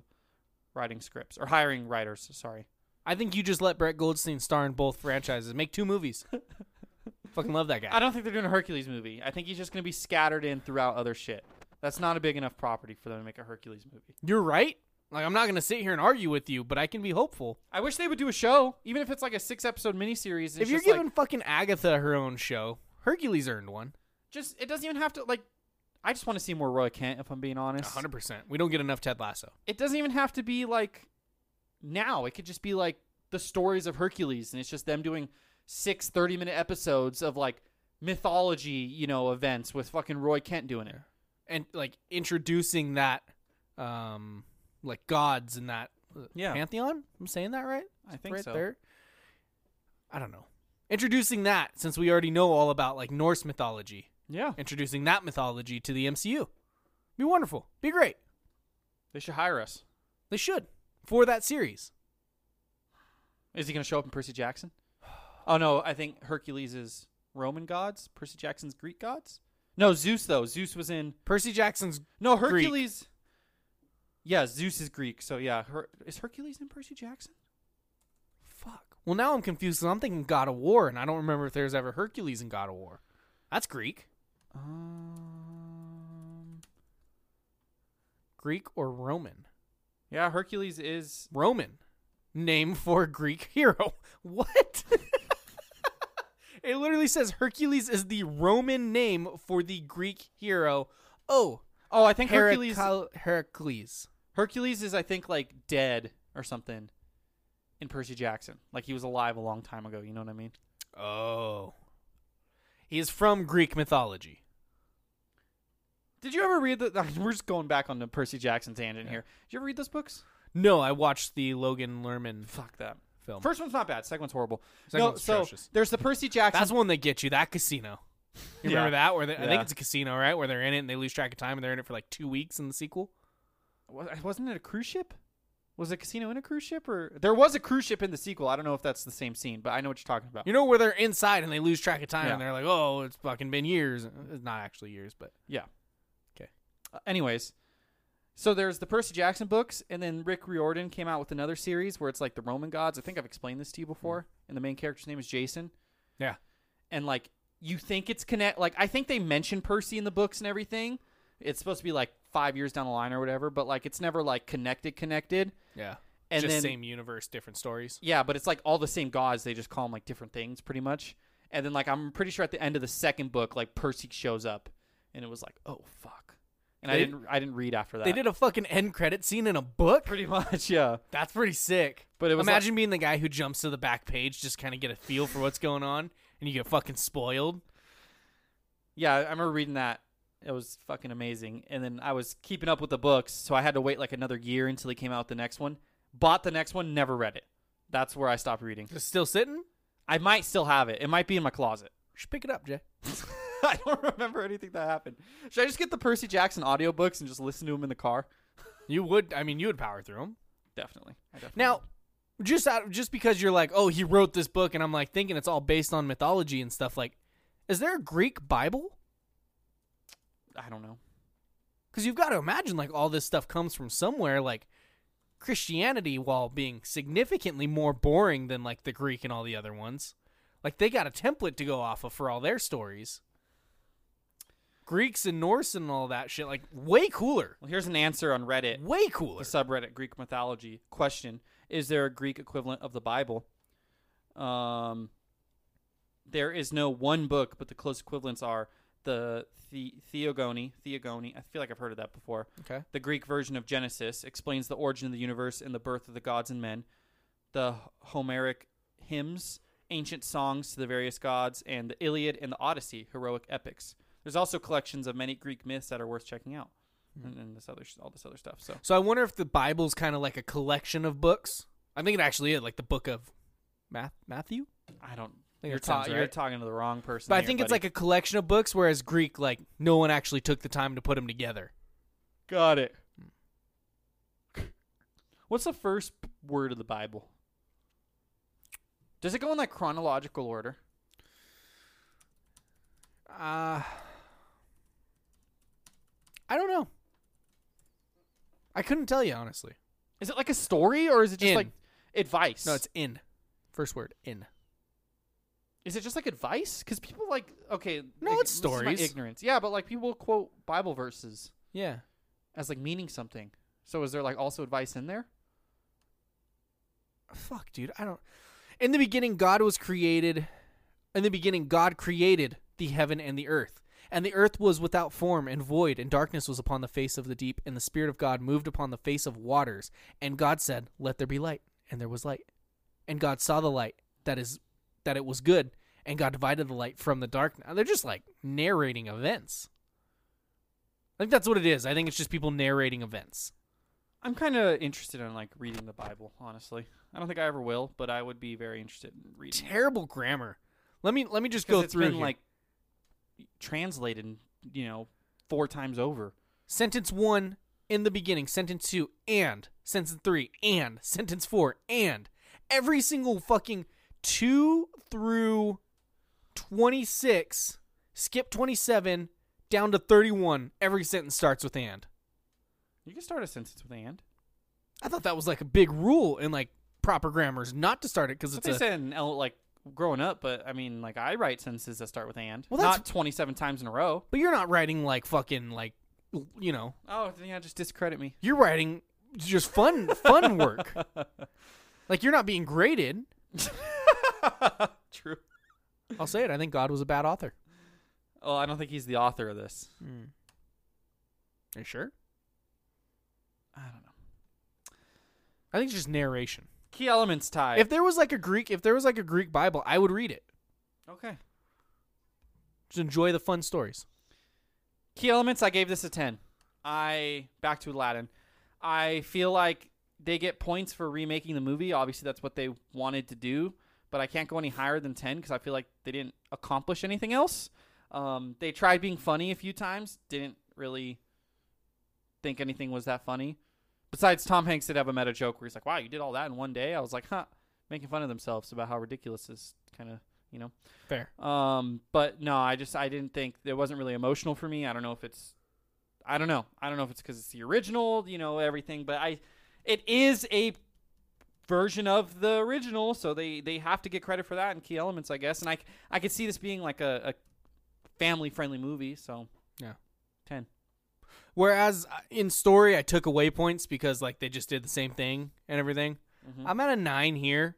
[SPEAKER 1] writing scripts or hiring writers. Sorry.
[SPEAKER 2] I think you just let Brett Goldstein star in both franchises. Make two movies. Fucking love that guy.
[SPEAKER 1] I don't think they're doing a Hercules movie. I think he's just going to be scattered in throughout other shit. That's not a big enough property for them to make a Hercules movie.
[SPEAKER 2] You're right. Like I'm not gonna sit here and argue with you, but I can be hopeful.
[SPEAKER 1] I wish they would do a show, even if it's like a six episode miniseries. and
[SPEAKER 2] if
[SPEAKER 1] it's
[SPEAKER 2] you're
[SPEAKER 1] just like-
[SPEAKER 2] giving fucking Agatha her own show, Hercules earned one.
[SPEAKER 1] just it doesn't even have to like I just want to see more Roy Kent, if I'm being honest.
[SPEAKER 2] hundred percent. We don't get enough Ted Lasso.
[SPEAKER 1] It doesn't even have to be like now. It could just be like the stories of Hercules, and it's just them doing six 30 minute episodes of like mythology, you know, events with fucking Roy Kent doing it.
[SPEAKER 2] and like introducing that um like gods in that uh,
[SPEAKER 1] Yeah.
[SPEAKER 2] pantheon i'm saying that right
[SPEAKER 1] I think
[SPEAKER 2] right
[SPEAKER 1] so.
[SPEAKER 2] there i don't know introducing that since we already know all about like norse mythology
[SPEAKER 1] Yeah.
[SPEAKER 2] introducing that mythology to the mcu be wonderful be great
[SPEAKER 1] They should hire us.
[SPEAKER 2] they should for that series
[SPEAKER 1] Is he going to show up in Percy Jackson? Oh no, I think Hercules is Roman gods. Percy Jackson's Greek gods. No, Zeus though. Zeus was in.
[SPEAKER 2] percy jackson's
[SPEAKER 1] No,
[SPEAKER 2] Greek.
[SPEAKER 1] Hercules. Yeah, Zeus is Greek. So yeah, Her- is Hercules in Percy Jackson?
[SPEAKER 2] fuck well now i'm confused 'cause i'm thinking god of war and i don't remember if there's ever hercules in god of war that's greek
[SPEAKER 1] Um,
[SPEAKER 2] greek or roman
[SPEAKER 1] yeah, Hercules is.
[SPEAKER 2] Roman, name for Greek hero. What? it literally says Hercules is the Roman name for the Greek hero. Oh,
[SPEAKER 1] Oh, I think
[SPEAKER 2] Hercules.
[SPEAKER 1] Hercules.
[SPEAKER 2] Hercules.
[SPEAKER 1] Hercules is, I think, like dead or something in Percy Jackson. Like he was alive a long time ago. You know what I mean?
[SPEAKER 2] Oh, he is from Greek mythology.
[SPEAKER 1] Did you ever read the? We're just going back on the Percy Jackson tangent here. Did you ever read those books?
[SPEAKER 2] No, I watched the Logan Lerman
[SPEAKER 1] Fuck that.
[SPEAKER 2] film.
[SPEAKER 1] First one's not bad. Second one's horrible.
[SPEAKER 2] Second
[SPEAKER 1] no,
[SPEAKER 2] one's
[SPEAKER 1] so
[SPEAKER 2] atrocious.
[SPEAKER 1] there's the Percy Jackson.
[SPEAKER 2] That's one they get you. That casino.
[SPEAKER 1] Yeah.
[SPEAKER 2] You remember that? Where they, I
[SPEAKER 1] Yeah.
[SPEAKER 2] think it's a casino, right? Where they're in it and they lose track of time and they're in it for like two weeks in the sequel.
[SPEAKER 1] Wa- wasn't it a cruise ship? Was a casino in a cruise ship, or there was a cruise ship in the sequel? I don't know if that's the same scene, but I know what you're talking about.
[SPEAKER 2] You know where they're inside and they lose track of time
[SPEAKER 1] Yeah.
[SPEAKER 2] and they're like, "Oh, it's fucking been years." It's not actually years, but
[SPEAKER 1] yeah.
[SPEAKER 2] 'Kay.
[SPEAKER 1] Uh, anyways, so there's the Percy Jackson books, and then Rick Riordan came out with another series where it's like the Roman gods. I think I've explained this to you before. And the main character's name is Jason.
[SPEAKER 2] yeah.
[SPEAKER 1] and like you think it's connect like I think they mention Percy in the books and everything. It's supposed to be like five years down the line or whatever, but like it's never like connected connected.
[SPEAKER 2] Yeah.
[SPEAKER 1] And
[SPEAKER 2] Just
[SPEAKER 1] then
[SPEAKER 2] same universe, different stories.
[SPEAKER 1] yeah, but it's like all the same gods. They just call them like different things, pretty much. And then like I'm pretty sure at the end of the second book, like Percy shows up, and it was like oh fuck. And I
[SPEAKER 2] They-
[SPEAKER 1] didn't I didn't read after that.
[SPEAKER 2] They did a fucking end credit scene in a book.
[SPEAKER 1] pretty much yeah.
[SPEAKER 2] That's pretty sick.
[SPEAKER 1] But it was
[SPEAKER 2] imagine being the guy who jumps to the back page, just kind of get a feel for what's going on, and you get fucking spoiled.
[SPEAKER 1] Yeah, I remember reading that. It was fucking amazing. And then I was keeping up with the books, so I had to wait like another year until he came out with the next one. Bought the next one, never read it. That's where I stopped reading.
[SPEAKER 2] Just still sitting?
[SPEAKER 1] I might still have it. It might be in my closet.
[SPEAKER 2] You should pick it up, Jay.
[SPEAKER 1] I don't remember anything that happened. Should I just get the Percy Jackson audiobooks and just listen to them in the car?
[SPEAKER 2] You would. I mean, you would power through them.
[SPEAKER 1] Definitely. I definitely.
[SPEAKER 2] Now, just out, just because you're like, oh, he wrote this book, and I'm like thinking it's all based on mythology and stuff. Like, is there a Greek Bible?
[SPEAKER 1] I don't know.
[SPEAKER 2] because you've got to imagine like all this stuff comes from somewhere like christianity while being significantly more boring than like the greek and all the other ones like they got a template to go off of for all their stories greeks and norse and all that shit like way cooler
[SPEAKER 1] Well, here's an answer on Reddit.
[SPEAKER 2] way cooler
[SPEAKER 1] the subreddit Greek mythology question: Is there a Greek equivalent of the Bible? Um, there is no one book, but the close equivalents are the, the Theogony. Theogony. I feel like I've heard of that before.
[SPEAKER 2] okay
[SPEAKER 1] The Greek version of Genesis explains the origin of the universe and the birth of the gods and men. The Homeric hymns, ancient songs to the various gods, and the Iliad and the Odyssey, heroic epics. There's also collections of many Greek myths that are worth checking out,
[SPEAKER 2] Hmm.
[SPEAKER 1] and, and this other all this other stuff. So
[SPEAKER 2] so i wonder if the bible's kind of like a collection of books i think it actually is like the book of Math- matthew
[SPEAKER 1] I don't.
[SPEAKER 2] think
[SPEAKER 1] You're,
[SPEAKER 2] that sounds
[SPEAKER 1] ta- you're
[SPEAKER 2] right.
[SPEAKER 1] talking to the wrong person.
[SPEAKER 2] but i
[SPEAKER 1] here,
[SPEAKER 2] think it's
[SPEAKER 1] buddy.
[SPEAKER 2] like a collection of books whereas greek like no one actually took the time to put them together
[SPEAKER 1] got it. Hmm. What's the first p- word of the Bible? Does it go in like chronological order?
[SPEAKER 2] Uh, I don't know. I couldn't tell you honestly.
[SPEAKER 1] Is it like a story or is it just
[SPEAKER 2] In.
[SPEAKER 1] like advice?
[SPEAKER 2] No, it's in. First word in.
[SPEAKER 1] Is it just like advice? Because people like okay.
[SPEAKER 2] No,
[SPEAKER 1] ig-
[SPEAKER 2] it's
[SPEAKER 1] this is my
[SPEAKER 2] stories.
[SPEAKER 1] ignorance. Yeah, but like people quote Bible verses
[SPEAKER 2] Yeah.
[SPEAKER 1] as like meaning something. So is there like also advice in there?
[SPEAKER 2] Fuck, dude. I don't. In the beginning, God was created. In the beginning, God created the heaven and the earth. And the earth was without form and void, and darkness was upon the face of the deep, and the Spirit of God moved upon the face of waters. And God said, Let there be light. And there was light. And God saw the light, that is, that it was good. And God divided the light from the darkness. They're just like narrating events. I think that's what it is. I think it's just people narrating events.
[SPEAKER 1] I'm kind of interested in like reading the Bible, honestly. I don't think I ever will, but I would be very interested in reading. it.
[SPEAKER 2] Terrible grammar. Let me let me just
[SPEAKER 1] 'Cause
[SPEAKER 2] go
[SPEAKER 1] it's
[SPEAKER 2] through
[SPEAKER 1] been
[SPEAKER 2] here.
[SPEAKER 1] like translated, you know, four times over.
[SPEAKER 2] Sentence one in the beginning, sentence two, and sentence three, and sentence four, and every single fucking two through 26, skip 27, down to 31. Every sentence starts with and.
[SPEAKER 1] You can start a sentence with and.
[SPEAKER 2] I thought that was like a big rule in like proper grammars not to start it because
[SPEAKER 1] That's what
[SPEAKER 2] it's
[SPEAKER 1] they
[SPEAKER 2] a.
[SPEAKER 1] said in L, like growing up, but I mean, like I write sentences that start with and,
[SPEAKER 2] Well, that's-
[SPEAKER 1] not 27 times in a row.
[SPEAKER 2] but you're not writing like fucking like, you know,
[SPEAKER 1] Oh, yeah, just discredit me.
[SPEAKER 2] you're writing just fun fun work. like you're not being graded.
[SPEAKER 1] True.
[SPEAKER 2] I'll say it. I think God was a bad author.
[SPEAKER 1] Oh, I don't think he's the author of this.
[SPEAKER 2] Are you sure?
[SPEAKER 1] I don't know.
[SPEAKER 2] I think it's just narration.
[SPEAKER 1] Key elements tie.
[SPEAKER 2] if there was like a Greek, if there was like a Greek Bible, I would read it.
[SPEAKER 1] okay.
[SPEAKER 2] Just enjoy the fun stories.
[SPEAKER 1] Key elements, I gave this a 10. I, back to Aladdin. I feel like they get points for remaking the movie. Obviously, that's what they wanted to do, but I can't go any higher than 10 because I feel like they didn't accomplish anything else. Um, they tried being funny a few times, didn't really think anything was that funny. Besides, Tom Hanks did have a meta joke where he's like, wow, you did all that in one day. I was like, huh, making fun of themselves about how ridiculous this kind of, you know.
[SPEAKER 2] Fair.
[SPEAKER 1] Um, but no, I just I didn't think it wasn't really emotional for me. I don't know if it's, I don't know, I don't know if it's because it's the original, you know, everything. But I, it is a version of the original, so they they have to get credit for that and key elements, I guess. And I c- I could see this being like a, a family friendly movie, so
[SPEAKER 2] Yeah.
[SPEAKER 1] ten.
[SPEAKER 2] Whereas uh, in story, I took away points because like they just did the same thing and everything.
[SPEAKER 1] Mm-hmm.
[SPEAKER 2] I'm at a nine here.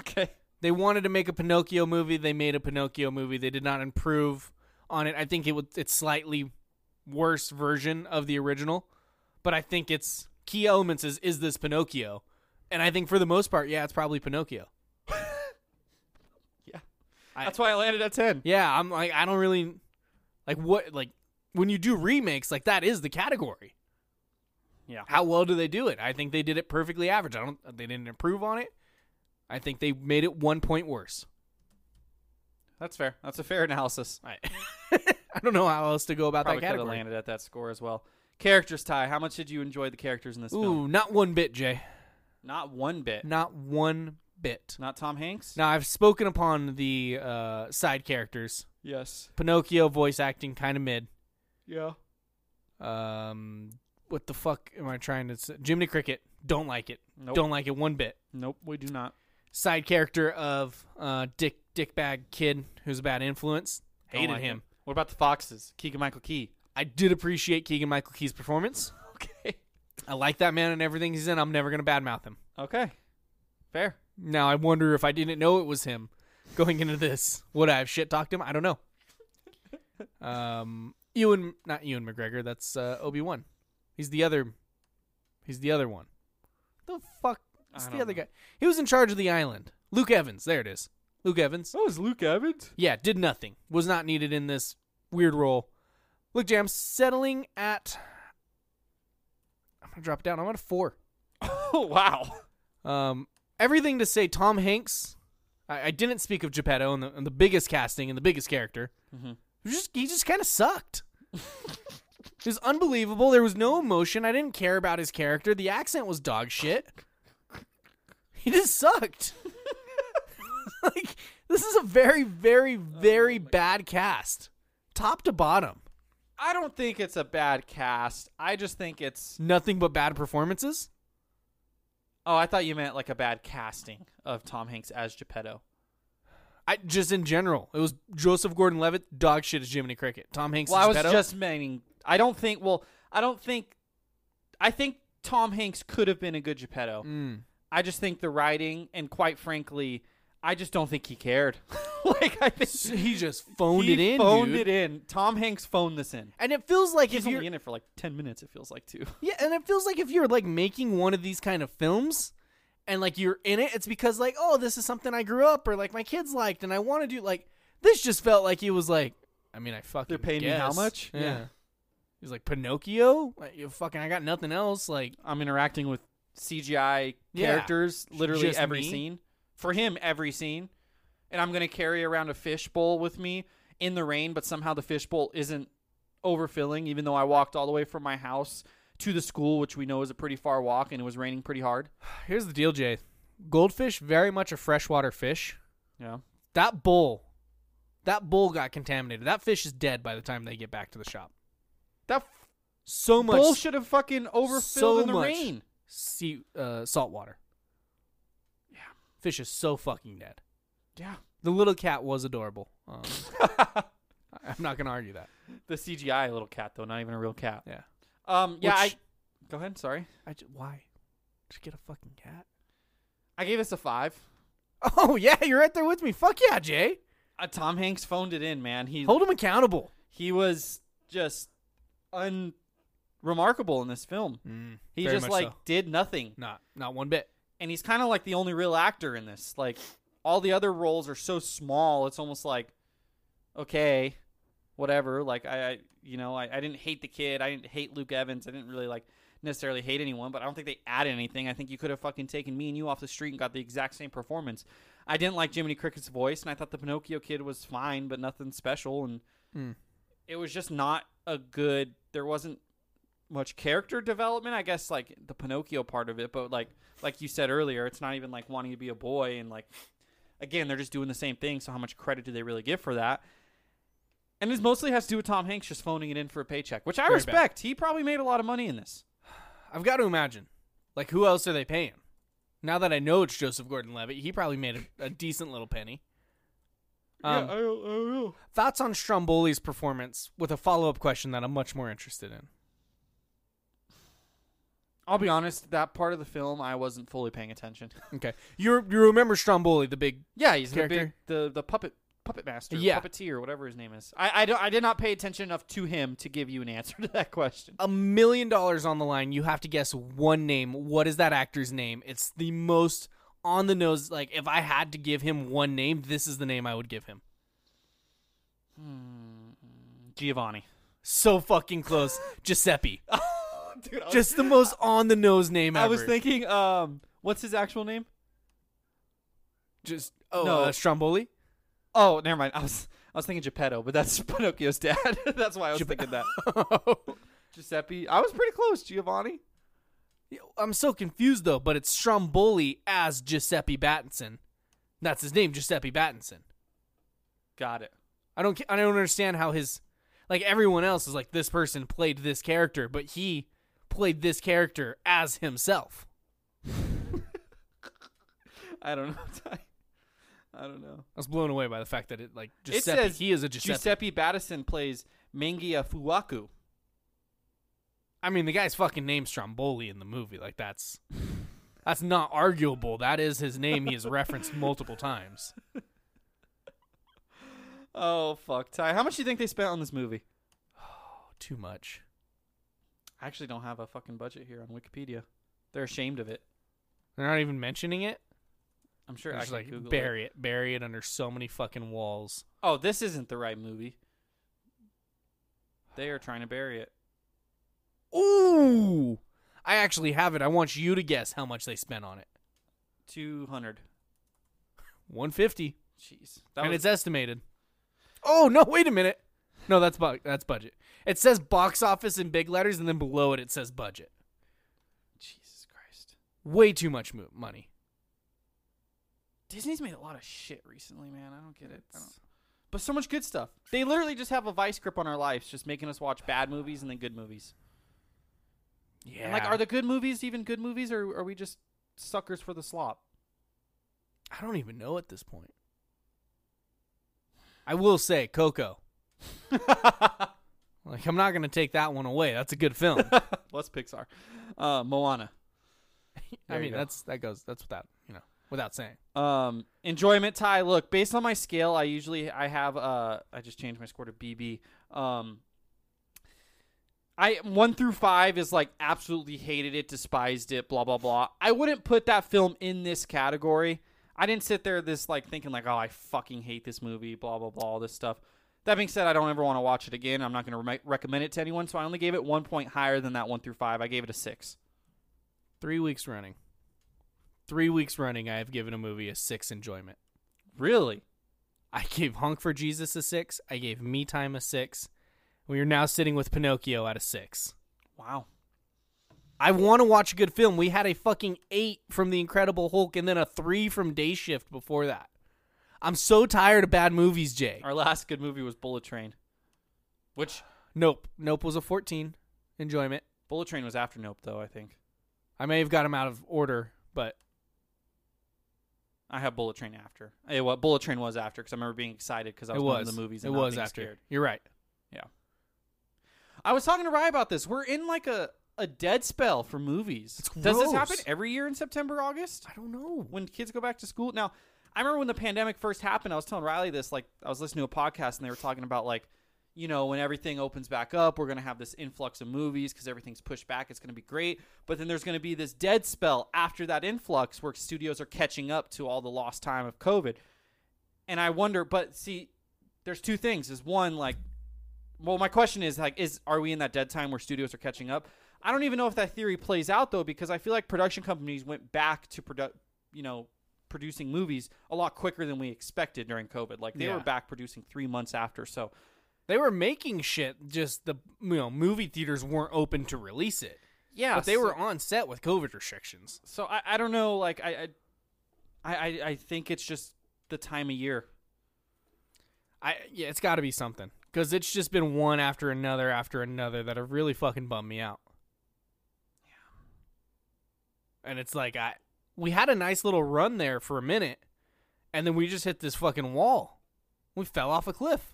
[SPEAKER 1] Okay.
[SPEAKER 2] They wanted to make a Pinocchio movie. They made a Pinocchio movie. They did not improve on it. I think it was it's slightly worse version of the original, but I think it's key elements is is this Pinocchio, and I think for the most part, yeah, it's probably Pinocchio.
[SPEAKER 1] That's why I landed at ten.
[SPEAKER 2] Yeah, I'm like I don't really like what like when you do remakes like that is the category.
[SPEAKER 1] Yeah.
[SPEAKER 2] How well do they do it? I think they did it perfectly average. I don't they didn't improve on it. I think they made it one point worse.
[SPEAKER 1] That's fair. That's a fair analysis.
[SPEAKER 2] I, I don't know how else to go about
[SPEAKER 1] Probably
[SPEAKER 2] that
[SPEAKER 1] could have
[SPEAKER 2] category.
[SPEAKER 1] landed at that score as well. Characters tie. How much did you enjoy the characters in this film?
[SPEAKER 2] Ooh, not one bit, Jay.
[SPEAKER 1] Not one bit.
[SPEAKER 2] Not one bit.
[SPEAKER 1] Not Tom Hanks.
[SPEAKER 2] Now I've spoken upon the uh, side characters.
[SPEAKER 1] Yes.
[SPEAKER 2] Pinocchio voice acting kind of mid.
[SPEAKER 1] Yeah.
[SPEAKER 2] Um, what the fuck am I trying to say? Jiminy Cricket, don't like it.
[SPEAKER 1] Nope.
[SPEAKER 2] Don't like it one bit.
[SPEAKER 1] Nope, we do not.
[SPEAKER 2] side character of uh, Dick Dickbag Kid, who's a bad influence.
[SPEAKER 1] Don't
[SPEAKER 2] Hated
[SPEAKER 1] like
[SPEAKER 2] him.
[SPEAKER 1] it. What about the Foxes? Keegan Michael Key.
[SPEAKER 2] I did appreciate Keegan Michael Key's performance.
[SPEAKER 1] Okay.
[SPEAKER 2] I like that man and everything he's in. I'm never gonna badmouth him.
[SPEAKER 1] Okay. Fair.
[SPEAKER 2] Now I wonder if I didn't know it was him going into this, would I have shit talked him? I don't know. Um, Ewan, not Ewan McGregor. That's uh, Obi Wan. He's the other. He's the other one. The fuck. It's
[SPEAKER 1] I
[SPEAKER 2] the
[SPEAKER 1] don't
[SPEAKER 2] other
[SPEAKER 1] know.
[SPEAKER 2] guy. He was in charge of the island. Luke Evans. There it is. Luke Evans.
[SPEAKER 1] That was Oh, Luke Evans.
[SPEAKER 2] Yeah, did nothing. Was not needed in this weird role. Look, Jay, I'm settling at. I'm gonna drop it down. I'm at a four.
[SPEAKER 1] Oh wow.
[SPEAKER 2] Um, everything to say. Tom Hanks. I, I didn't speak of Geppetto and the, and the biggest casting and the biggest character.
[SPEAKER 1] Mm-hmm.
[SPEAKER 2] He Just he just kind of sucked. it was unbelievable. There was no emotion. I didn't care about his character. The accent was dog shit. He just sucked. like this is a very, very,
[SPEAKER 1] Oh
[SPEAKER 2] very bad cast, top to bottom.
[SPEAKER 1] I don't think it's a bad cast. I just think it's
[SPEAKER 2] Nothing but bad performances.
[SPEAKER 1] Oh, I thought you meant like a bad casting of Tom Hanks as Geppetto.
[SPEAKER 2] I just in general, it was Joseph Gordon-Levitt dog shit as Jiminy Cricket. Tom Hanks.
[SPEAKER 1] Well,
[SPEAKER 2] as
[SPEAKER 1] I was
[SPEAKER 2] Geppetto.
[SPEAKER 1] just meaning I don't think well, I don't think I think Mm. Tom Hanks could have been a good Geppetto. I just think the writing and quite frankly, I just don't think he cared. like I think
[SPEAKER 2] he just phoned
[SPEAKER 1] he
[SPEAKER 2] it in.
[SPEAKER 1] Phoned
[SPEAKER 2] dude.
[SPEAKER 1] it in. Tom Hanks phoned this in.
[SPEAKER 2] And it feels like
[SPEAKER 1] He's
[SPEAKER 2] if
[SPEAKER 1] only
[SPEAKER 2] you're
[SPEAKER 1] in it for like ten minutes. It feels like too.
[SPEAKER 2] yeah, and it feels like if you're like making one of these kind of films, and like you're in it, it's because like oh this is something I grew up or like my kids liked and I want to do like this. Just felt like he was like, I mean I fucking
[SPEAKER 1] They're paying me how
[SPEAKER 2] guess.
[SPEAKER 1] much?
[SPEAKER 2] Yeah.
[SPEAKER 1] Yeah.
[SPEAKER 2] He's like Pinocchio. Like, you fucking, I got nothing else. Like,
[SPEAKER 1] I'm interacting with CGI
[SPEAKER 2] Yeah.
[SPEAKER 1] characters literally
[SPEAKER 2] Just
[SPEAKER 1] every
[SPEAKER 2] me.
[SPEAKER 1] scene. For him, every scene. And I'm going to carry around a fish bowl with me in the rain, but somehow the fish bowl isn't overfilling, even though I walked all the way from my house to the school, which we know is a pretty far walk, and it was raining pretty hard.
[SPEAKER 2] here's the deal, Jay. Goldfish very much a freshwater fish.
[SPEAKER 1] Yeah.
[SPEAKER 2] That bull, that bull got contaminated. That fish is dead by the time they get back to the shop.
[SPEAKER 1] That f-
[SPEAKER 2] So much
[SPEAKER 1] bowl should have fucking overfilled
[SPEAKER 2] so
[SPEAKER 1] in the
[SPEAKER 2] much
[SPEAKER 1] rain.
[SPEAKER 2] sea uh, salt water. Yeah, fish is so fucking dead.
[SPEAKER 1] Yeah.
[SPEAKER 2] The little cat was adorable. Um, I'm not gonna argue that.
[SPEAKER 1] The CGI little cat, though, not even a real cat.
[SPEAKER 2] Yeah.
[SPEAKER 1] Um, yeah,
[SPEAKER 2] Which-
[SPEAKER 1] I. Go ahead. Sorry.
[SPEAKER 2] I just, why? Just get a fucking cat.
[SPEAKER 1] I gave this a five.
[SPEAKER 2] Oh yeah, you're right there with me. Fuck yeah, Jay.
[SPEAKER 1] Uh, Tom Hanks phoned it in, man. He
[SPEAKER 2] Hold him accountable.
[SPEAKER 1] he was just unremarkable in this film. He
[SPEAKER 2] very
[SPEAKER 1] just
[SPEAKER 2] much
[SPEAKER 1] like
[SPEAKER 2] so.
[SPEAKER 1] did nothing,
[SPEAKER 2] Not not one bit.
[SPEAKER 1] and he's kind of like the only real actor in this. Like all the other roles are so small, it's almost like okay, whatever. Like I, I you know, I, I didn't hate the kid. I didn't hate Luke Evans. I didn't really like necessarily hate anyone, but I don't think they added anything. I think you could have fucking taken me and you off the street and got the exact same performance. I didn't like Jiminy Cricket's voice, and I thought the Pinocchio kid was fine, but nothing special. And it was just not a good. There wasn't much character development. I guess like the Pinocchio part of it, but like like you said earlier, it's not even like wanting to be a boy and like again they're just doing the same thing. So how much credit do they really give for that? And this mostly has to do with Tom Hanks just phoning it in for a paycheck, which I
[SPEAKER 2] Very bad.
[SPEAKER 1] respect. He probably made a lot of money in this.
[SPEAKER 2] I've got to imagine. Like, who else are they paying? Now that I know it's Joseph Gordon-Levitt, he probably made a, a decent little penny. Um,
[SPEAKER 1] don't, know.
[SPEAKER 2] thoughts on Stromboli's performance with a follow-up question that I'm much more interested in.
[SPEAKER 1] I'll be honest. That part of the film, I wasn't fully paying attention.
[SPEAKER 2] Okay, you you remember Stromboli, the big
[SPEAKER 1] Yeah, he's the big
[SPEAKER 2] character?
[SPEAKER 1] the the puppet puppet master,
[SPEAKER 2] Yeah.
[SPEAKER 1] puppeteer, whatever his name is. I I, don't, I did not pay attention enough to him to give you an answer to that question.
[SPEAKER 2] a million dollars on the line. You have to guess one name. What is that actor's name? It's the most on the nose. Like, if I had to give him one name, this is the name I would give him.
[SPEAKER 1] Giovanni.
[SPEAKER 2] So fucking close, Giuseppe.
[SPEAKER 1] Oh, Dude, I was,
[SPEAKER 2] Just the most on the nose name ever.
[SPEAKER 1] I was thinking, um, what's his actual name?
[SPEAKER 2] just oh,
[SPEAKER 1] No.
[SPEAKER 2] uh, Stromboli.
[SPEAKER 1] Oh, never mind. I was I was thinking Geppetto, but that's Pinocchio's dad. that's why I was
[SPEAKER 2] Giuseppe-
[SPEAKER 1] thinking that. Giuseppe. I was pretty close. Giovanni.
[SPEAKER 2] I'm so confused though, but it's Stromboli as Giuseppe Battinson. That's his name, Giuseppe Battinson.
[SPEAKER 1] Got it.
[SPEAKER 2] I don't ca- I don't understand how his like everyone else is like this person played this character, but he played this character as himself.
[SPEAKER 1] I don't know. I don't know.
[SPEAKER 2] I was blown away by the fact that it like
[SPEAKER 1] It
[SPEAKER 2] Giuseppe
[SPEAKER 1] says
[SPEAKER 2] he is a Giuseppe.
[SPEAKER 1] Giuseppe Battison plays Mangia Fuwaku.
[SPEAKER 2] I mean, the guy's fucking named Stromboli in the movie. Like that's that's not arguable. That is his name. He is referenced multiple times.
[SPEAKER 1] Oh fuck, Ty. How much do you think they spent on this movie? Oh,
[SPEAKER 2] Too much.
[SPEAKER 1] I actually don't have a fucking budget here on Wikipedia. They're ashamed of it.
[SPEAKER 2] They're not even mentioning it.
[SPEAKER 1] I'm sure
[SPEAKER 2] They're
[SPEAKER 1] I
[SPEAKER 2] just
[SPEAKER 1] can
[SPEAKER 2] like
[SPEAKER 1] Google it.
[SPEAKER 2] bury it. bury it under so many fucking walls.
[SPEAKER 1] Oh, this isn't the right movie. They are trying to bury it.
[SPEAKER 2] Ooh, I actually have it. I want you to guess how much they spent on it.
[SPEAKER 1] Two hundred.
[SPEAKER 2] One fifty.
[SPEAKER 1] Jeez. That
[SPEAKER 2] and
[SPEAKER 1] was,
[SPEAKER 2] it's estimated. Oh no! Wait a minute. No, that's bu- that's budget. It says box office in big letters, and then below it it says budget.
[SPEAKER 1] Jesus Christ.
[SPEAKER 2] Way too much mo- money.
[SPEAKER 1] Disney's made a lot of shit recently, man. I don't get it. I don't- But so much good stuff. They literally just have a vice grip on our lives, just making us watch bad movies and then good movies.
[SPEAKER 2] Yeah.
[SPEAKER 1] And like, are the good movies even good movies, or are we just suckers for the slop?
[SPEAKER 2] I don't even know at this point. I will say Coco. Like I'm not gonna take that one away. That's a good film.
[SPEAKER 1] Plus Pixar. Uh, Moana.
[SPEAKER 2] I
[SPEAKER 1] There you
[SPEAKER 2] mean,
[SPEAKER 1] go.
[SPEAKER 2] that's that goes. That's what that you know. without saying.
[SPEAKER 1] Um, enjoyment tie. Look, based on my scale, I usually I have uh I just changed my score to BB. Um, I one through five is like absolutely hated it, despised it, blah blah blah. I wouldn't put that film in this category. I didn't sit there this like thinking like oh I fucking hate this movie, blah blah blah, all this stuff. That being said, I don't ever want to watch it again. I'm not going to re- recommend it to anyone, so I only gave it one point higher than that one through five. I gave it a six.
[SPEAKER 2] Three weeks running. Three weeks running, I have given a movie a six enjoyment.
[SPEAKER 1] Really?
[SPEAKER 2] I gave Honk for Jesus a six. I gave Me Time a six. We are now sitting with Pinocchio at a six.
[SPEAKER 1] Wow.
[SPEAKER 2] I want to watch a good film. We had a fucking eight from The Incredible Hulk and then a three from Day Shift before that. I'm so tired of bad movies, Jay.
[SPEAKER 1] Our last good movie was Bullet Train, which
[SPEAKER 2] Nope. Nope was a 14 enjoyment.
[SPEAKER 1] Bullet Train was after Nope, though I think.
[SPEAKER 2] I may have got him out of order, but
[SPEAKER 1] I have Bullet Train after. Eh, what Bullet Train was after because I remember being excited because I was,
[SPEAKER 2] it
[SPEAKER 1] going
[SPEAKER 2] was
[SPEAKER 1] to the movies.
[SPEAKER 2] It
[SPEAKER 1] And not
[SPEAKER 2] was
[SPEAKER 1] being
[SPEAKER 2] after.
[SPEAKER 1] Scared.
[SPEAKER 2] You're right.
[SPEAKER 1] Yeah. I was talking to Rye about this. We're in like a, a dead spell for movies.
[SPEAKER 2] It's
[SPEAKER 1] Does this
[SPEAKER 2] gross.
[SPEAKER 1] happen every year in September, August?
[SPEAKER 2] I don't know.
[SPEAKER 1] When kids go back to school? Now, I remember when the pandemic first happened, I was telling Riley this, like I was listening to a podcast and they were talking about like, you know, when everything opens back up, we're gonna have this influx of movies because everything's pushed back, it's gonna be great. But then there's gonna be this dead spell after that influx where studios are catching up to all the lost time of COVID. And I wonder, but see, there's two things. Is one like well my question is like is are we in that dead time where studios are catching up i don't even know if that theory plays out though because i feel like production companies went back to produ- you know producing movies a lot quicker than we expected during covid like they
[SPEAKER 2] Yeah.
[SPEAKER 1] were back producing three months after so
[SPEAKER 2] They were making shit, just the you know movie theaters weren't open to release it.
[SPEAKER 1] yeah
[SPEAKER 2] but they were on set with COVID restrictions.
[SPEAKER 1] so i, I don't know like I, I i i think it's just the time of year
[SPEAKER 2] I yeah, it's got to be something because it's just been one after another after another that have really fucking bummed me out. Yeah, and it's like I we had a nice little run there for a minute, and then we just hit this fucking wall. We fell off a cliff.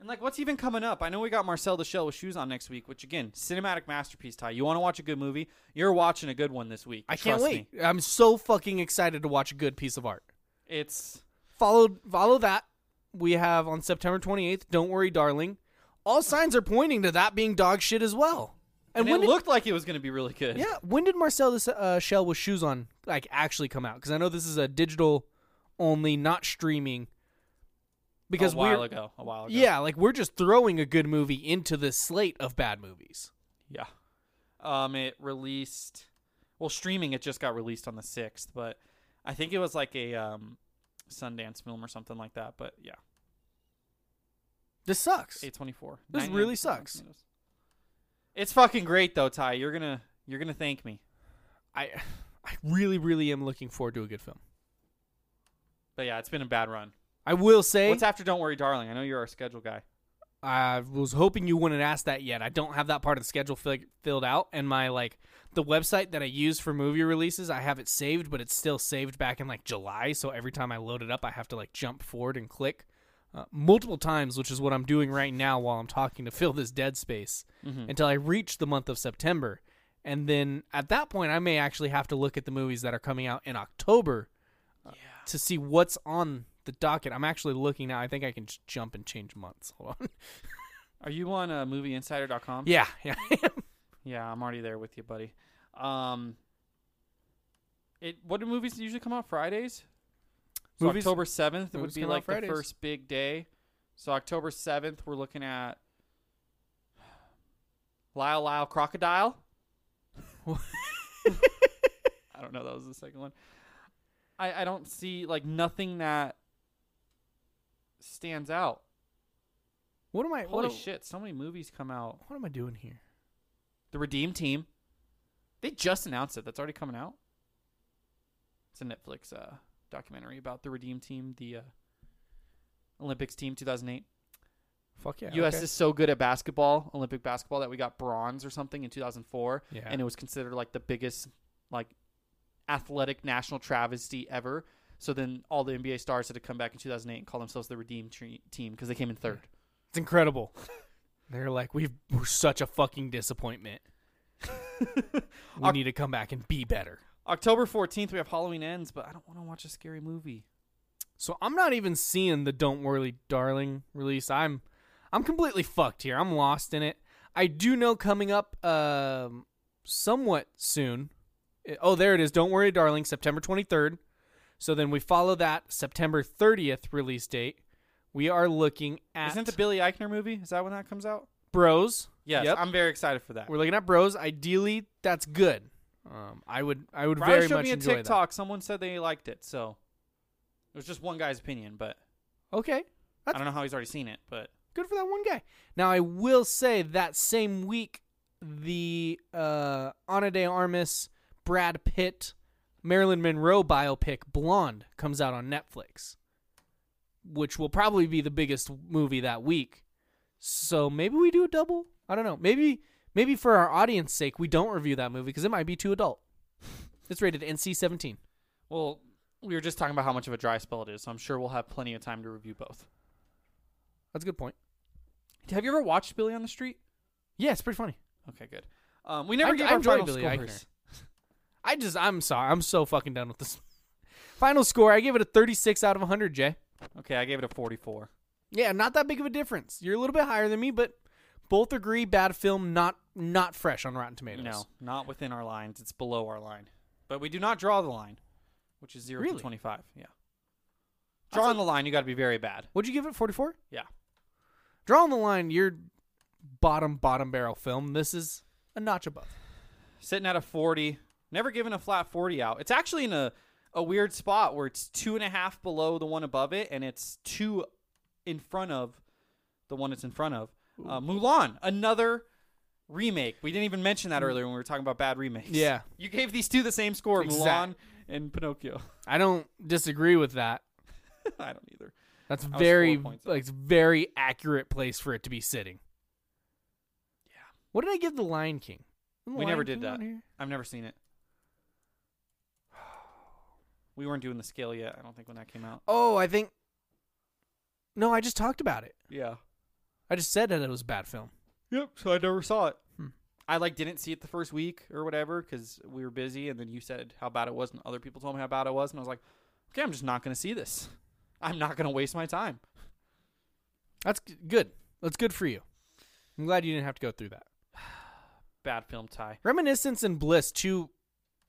[SPEAKER 1] and like what's even coming up i know we got marcel the shell with shoes on next week which again cinematic masterpiece ty you want to watch a good movie you're watching a good one this week
[SPEAKER 2] I can't
[SPEAKER 1] Trust
[SPEAKER 2] wait.
[SPEAKER 1] me.
[SPEAKER 2] I'm so fucking excited to watch a good piece of art.
[SPEAKER 1] it's
[SPEAKER 2] Follow follow that. We have on September 28th. Don't worry, darling. All signs are pointing to that being dog shit as well.
[SPEAKER 1] and,
[SPEAKER 2] when
[SPEAKER 1] it
[SPEAKER 2] did-
[SPEAKER 1] looked like it was going to be really good.
[SPEAKER 2] yeah, when did Marcel this uh, shell with shoes on like actually come out? Because I know this is a digital only, not streaming. Because
[SPEAKER 1] a while
[SPEAKER 2] we're
[SPEAKER 1] ago, a while ago.
[SPEAKER 2] yeah, like we're just throwing a good movie into this slate of bad movies.
[SPEAKER 1] yeah. Um, it released. Well, streaming it just got released on the sixth, but I think it was like a um, Sundance film or something like that. But yeah,
[SPEAKER 2] This sucks.
[SPEAKER 1] eight twenty four.
[SPEAKER 2] This really sucks.
[SPEAKER 1] It's fucking great though, Ty. You're gonna you're gonna thank me.
[SPEAKER 2] I I really really am looking forward to a good film.
[SPEAKER 1] But yeah, it's been a bad run.
[SPEAKER 2] I will say
[SPEAKER 1] What's after? Don't worry, darling. I know you're our schedule guy.
[SPEAKER 2] I was hoping you wouldn't ask that yet. I don't have that part of the schedule fi- filled out, and my like the website that I use for movie releases, I have it saved, but it's still saved back in like July. So every time I load it up, I have to like jump forward and click uh, multiple times, which is what I'm doing right now while I'm talking to fill this dead space until I reach the month of September, and then at that point, I may actually have to look at the movies that are coming out in October uh, to see what's on. The docket. I'm actually looking now. I think I can just jump and change months. Hold on.
[SPEAKER 1] Are you on uh, movieinsider.com?
[SPEAKER 2] Yeah, yeah.
[SPEAKER 1] Yeah, I'm already there with you, buddy. Um, it what do movies usually come out Fridays? So
[SPEAKER 2] Movies-
[SPEAKER 1] October seventh would
[SPEAKER 2] movies
[SPEAKER 1] be
[SPEAKER 2] come out
[SPEAKER 1] like the
[SPEAKER 2] Fridays.
[SPEAKER 1] first big day. So October seventh, we're looking at Lyle Lyle Crocodile. I don't know. That was the second one. I I don't see like nothing that stands out.
[SPEAKER 2] what am I?
[SPEAKER 1] Holy
[SPEAKER 2] what, am-
[SPEAKER 1] shit! So many movies come out.
[SPEAKER 2] What am I doing here?
[SPEAKER 1] The Redeem Team. They just announced it. That's already coming out. It's a Netflix uh, documentary about the Redeem Team, the uh, Olympics team, 2008.
[SPEAKER 2] Fuck yeah.
[SPEAKER 1] U.S.
[SPEAKER 2] okay.
[SPEAKER 1] is so good at basketball, Olympic basketball, that we got bronze or something in 2004,
[SPEAKER 2] Yeah.
[SPEAKER 1] and it was considered like the biggest like athletic national travesty ever. So then all the NBA stars had to come back in 2008 and call themselves the Redeem tre- Team because they came in third.
[SPEAKER 2] It's incredible. They're like, we've, we're such a fucking disappointment. we need to come back and be better.
[SPEAKER 1] October 14th, we have Halloween Ends, but I don't want to watch a scary movie.
[SPEAKER 2] So I'm not even seeing the Don't Worry Darling release. I'm I'm completely fucked here. I'm lost in it. I do know coming up um somewhat soon. eh, Oh, there it is. Don't Worry Darling September 23rd. So then we follow that September 30th release date. We are looking at
[SPEAKER 1] Isn't it the Billy Eichner movie? Is that when that comes out?
[SPEAKER 2] Bros.
[SPEAKER 1] Yes,
[SPEAKER 2] Yep.
[SPEAKER 1] I'm very excited for that.
[SPEAKER 2] We're looking at Bros. Ideally, that's good. Um, I would I would
[SPEAKER 1] Riley
[SPEAKER 2] very
[SPEAKER 1] showed
[SPEAKER 2] much
[SPEAKER 1] me a
[SPEAKER 2] enjoy
[SPEAKER 1] TikTok. Someone said they liked it, so it was just one guy's opinion, but
[SPEAKER 2] that. Okay.
[SPEAKER 1] I don't know how he's already seen it, but
[SPEAKER 2] good for that one guy. Now I will say that same week, the uh, Ana de Armas, Brad Pitt, Marilyn Monroe biopic Blonde comes out on Netflix, which will probably be the biggest movie that week. So maybe we do a double. I don't know. Maybe maybe for our audience sake, we don't review that movie because it might be too adult. It's rated NC-17.
[SPEAKER 1] well, we were just talking about how much of a dry spell it is, so I'm sure we'll have plenty of time to review both.
[SPEAKER 2] That's a good point.
[SPEAKER 1] Have you ever watched Billy on the Street?
[SPEAKER 2] Yeah, it's pretty funny.
[SPEAKER 1] Okay, good. Um, we never
[SPEAKER 2] I-
[SPEAKER 1] gave
[SPEAKER 2] I
[SPEAKER 1] our
[SPEAKER 2] enjoyed
[SPEAKER 1] final
[SPEAKER 2] Billy Eichner.
[SPEAKER 1] scores.
[SPEAKER 2] I just I'm sorry. I'm so fucking done with this. Final score, I give it a 36 out of 100, Jay.
[SPEAKER 1] Okay, I gave it a 44.
[SPEAKER 2] Yeah, not that big of a difference. You're a little bit higher than me, but both agree bad film, not not fresh on Rotten Tomatoes.
[SPEAKER 1] No, not within our lines. It's below our line. But we do not draw the line, which is 0
[SPEAKER 2] Really?
[SPEAKER 1] to 25. Yeah. Drawing the line, you got to be very bad.
[SPEAKER 2] What'd you give it? 44?
[SPEAKER 1] Yeah.
[SPEAKER 2] Drawing the line, you're bottom bottom barrel film. This is a notch above.
[SPEAKER 1] Sitting at a 40. Never given a flat 40 out. It's actually in a, a weird spot where it's two and a half below the one above it, and it's two in front of the one it's in front of. Uh, Mulan, another remake. We didn't even mention that earlier when we were talking about bad remakes.
[SPEAKER 2] Mm. Yeah.
[SPEAKER 1] You gave these two the same score,
[SPEAKER 2] Exact-
[SPEAKER 1] Mulan and Pinocchio.
[SPEAKER 2] I don't disagree with that.
[SPEAKER 1] I don't either.
[SPEAKER 2] That's
[SPEAKER 1] four
[SPEAKER 2] very
[SPEAKER 1] points up.
[SPEAKER 2] like it's very accurate place for it to be sitting.
[SPEAKER 1] Yeah.
[SPEAKER 2] What did I give The Lion King? Isn't The
[SPEAKER 1] We never
[SPEAKER 2] Lion
[SPEAKER 1] did
[SPEAKER 2] King
[SPEAKER 1] that.
[SPEAKER 2] on here?
[SPEAKER 1] I've never seen it. We weren't doing the scale yet. I don't think when that came out.
[SPEAKER 2] Oh, I think. No, I just talked about it.
[SPEAKER 1] Yeah.
[SPEAKER 2] I just said that it was a bad film.
[SPEAKER 1] Yep. So I never saw it. Hmm. I like didn't see it the first week or whatever because we were busy, and then you said how bad it was, and other people told me how bad it was, and I was like, okay, I'm just not gonna see this. I'm not gonna waste my time.
[SPEAKER 2] That's g- good. That's good for you. I'm glad you didn't have to go through that.
[SPEAKER 1] Bad film tie.
[SPEAKER 2] Reminiscence and Bliss, two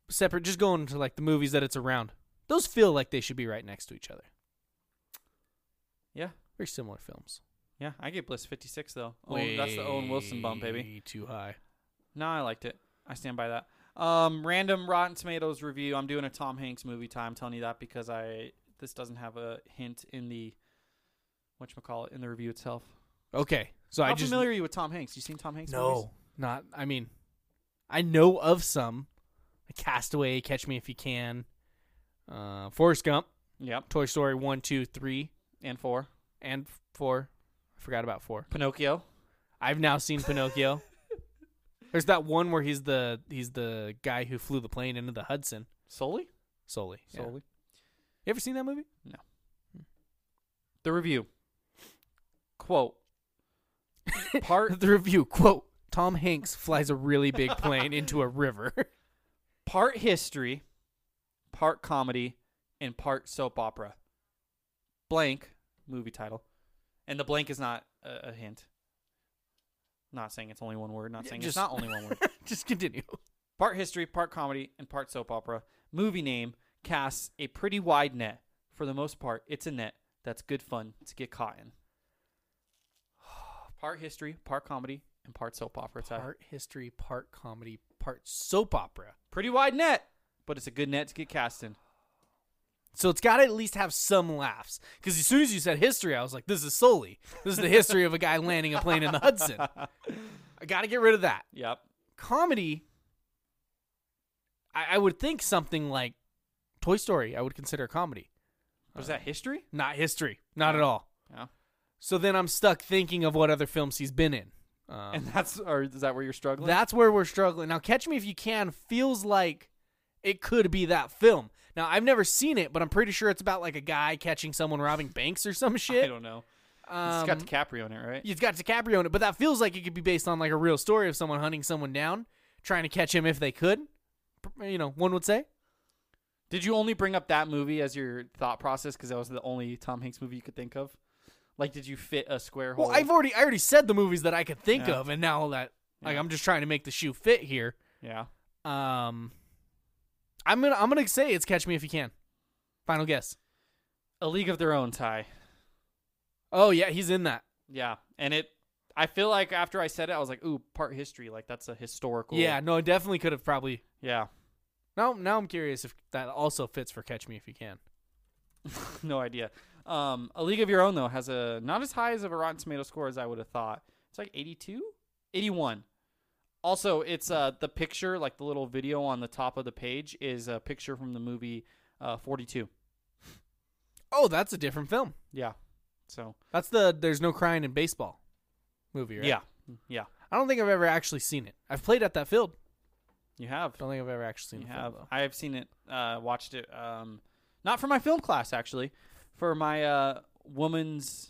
[SPEAKER 2] separate. Just going to like the movies that it's around. Those feel like they should be right next to each other.
[SPEAKER 1] Yeah.
[SPEAKER 2] Very similar films.
[SPEAKER 1] Yeah. I gave Bliss 56 though. Owen, Oh, that's the Owen Wilson bump, baby.
[SPEAKER 2] Way Too high.
[SPEAKER 1] No, I liked it. I stand by that. Um, random Rotten Tomatoes review. I'm doing a Tom Hanks movie time. I'm telling you that because I this doesn't have a hint in the whatchamacallit in the review itself.
[SPEAKER 2] Okay, so
[SPEAKER 1] How
[SPEAKER 2] I just
[SPEAKER 1] familiar are you with Tom Hanks? You seen Tom Hanks? movies?
[SPEAKER 2] no, not. I mean, I know of some. Castaway, Catch Me If You Can, uh, Forrest Gump,
[SPEAKER 1] Yep.
[SPEAKER 2] Toy Story one, two, three,
[SPEAKER 1] And four.
[SPEAKER 2] and four. I forgot about four.
[SPEAKER 1] Pinocchio.
[SPEAKER 2] I've now seen Pinocchio. There's that one where he's the he's the guy who flew the plane into the Hudson
[SPEAKER 1] Solely.
[SPEAKER 2] solely. yeah.
[SPEAKER 1] Solely.
[SPEAKER 2] You ever seen that movie?
[SPEAKER 1] The review. Quote. Part
[SPEAKER 2] the review quote: Tom Hanks flies a really big plane into a river.
[SPEAKER 1] part history, part comedy, and part soap opera. Blank movie title, and the blank is not a, a hint. Not saying it's only one word. Not
[SPEAKER 2] Yeah,
[SPEAKER 1] saying
[SPEAKER 2] just-
[SPEAKER 1] it's not only one word.
[SPEAKER 2] Just continue.
[SPEAKER 1] Part history, part comedy, and part soap opera. Movie name casts a pretty wide net. For the most part, it's a net that's good fun to get caught in. Part history, part comedy, and part soap opera. Ty.
[SPEAKER 2] Part history, part comedy, part soap opera.
[SPEAKER 1] Pretty wide net, but it's a good net to get cast in.
[SPEAKER 2] So it's got to at least have some laughs. Because as soon as you said history, I was like, "This is solely. This is the history of a guy landing a plane in the Hudson." I got to get rid of that.
[SPEAKER 1] Yep.
[SPEAKER 2] comedy, I, I would think something like Toy Story. I would consider comedy,
[SPEAKER 1] Was that history?
[SPEAKER 2] not history, not at all.
[SPEAKER 1] Yeah.
[SPEAKER 2] So then I'm stuck thinking of what other films he's been in. Um,
[SPEAKER 1] And that's or is that where you're struggling?
[SPEAKER 2] that's where we're struggling now. Catch Me If You Can feels like it could be that film. Now I've never seen it, but I'm pretty sure it's about like a guy catching someone robbing banks or some shit.
[SPEAKER 1] I don't know.
[SPEAKER 2] Um,
[SPEAKER 1] it's got DiCaprio in it, right?
[SPEAKER 2] It's got DiCaprio in it, but that feels like it could be based on like a real story of someone hunting someone down, trying to catch him if they could. You know, one would say.
[SPEAKER 1] Did you only bring up that movie as your thought process because that was the only Tom Hanks movie you could think of? Like, did you fit a square hole?
[SPEAKER 2] Well, I've already I already said the movies that I could think
[SPEAKER 1] Yeah.
[SPEAKER 2] of, and now that like
[SPEAKER 1] Yeah.
[SPEAKER 2] I'm just trying to make the shoe fit here.
[SPEAKER 1] yeah.
[SPEAKER 2] Um, I'm gonna I'm gonna say it's Catch Me If You Can. Final guess.
[SPEAKER 1] A League of Their Own tie.
[SPEAKER 2] Oh yeah, he's in that.
[SPEAKER 1] Yeah, and it. I feel like after I said it, I was like, "Ooh, part history. Like that's a historical."
[SPEAKER 2] Yeah, no, it definitely could have probably.
[SPEAKER 1] Yeah.
[SPEAKER 2] Now now I'm curious if that also fits for Catch Me If You Can.
[SPEAKER 1] no idea. Um, a League of Your Own though has a not as high as of a Rotten Tomato score as I would have thought. It's like 82, 81. Also, it's uh the picture, like the little video on the top of the page, is a picture from the movie uh 42.
[SPEAKER 2] Oh, that's a different film.
[SPEAKER 1] Yeah. So
[SPEAKER 2] That's the There's No Crying in Baseball movie. Right?
[SPEAKER 1] yeah, yeah,
[SPEAKER 2] I don't think I've ever actually seen it. I've played at that field.
[SPEAKER 1] you have.
[SPEAKER 2] Don't think I've ever actually seen
[SPEAKER 1] You
[SPEAKER 2] the film,
[SPEAKER 1] have.
[SPEAKER 2] though.
[SPEAKER 1] I have seen it. Uh, watched it. Um, not for my film class actually, for my uh woman's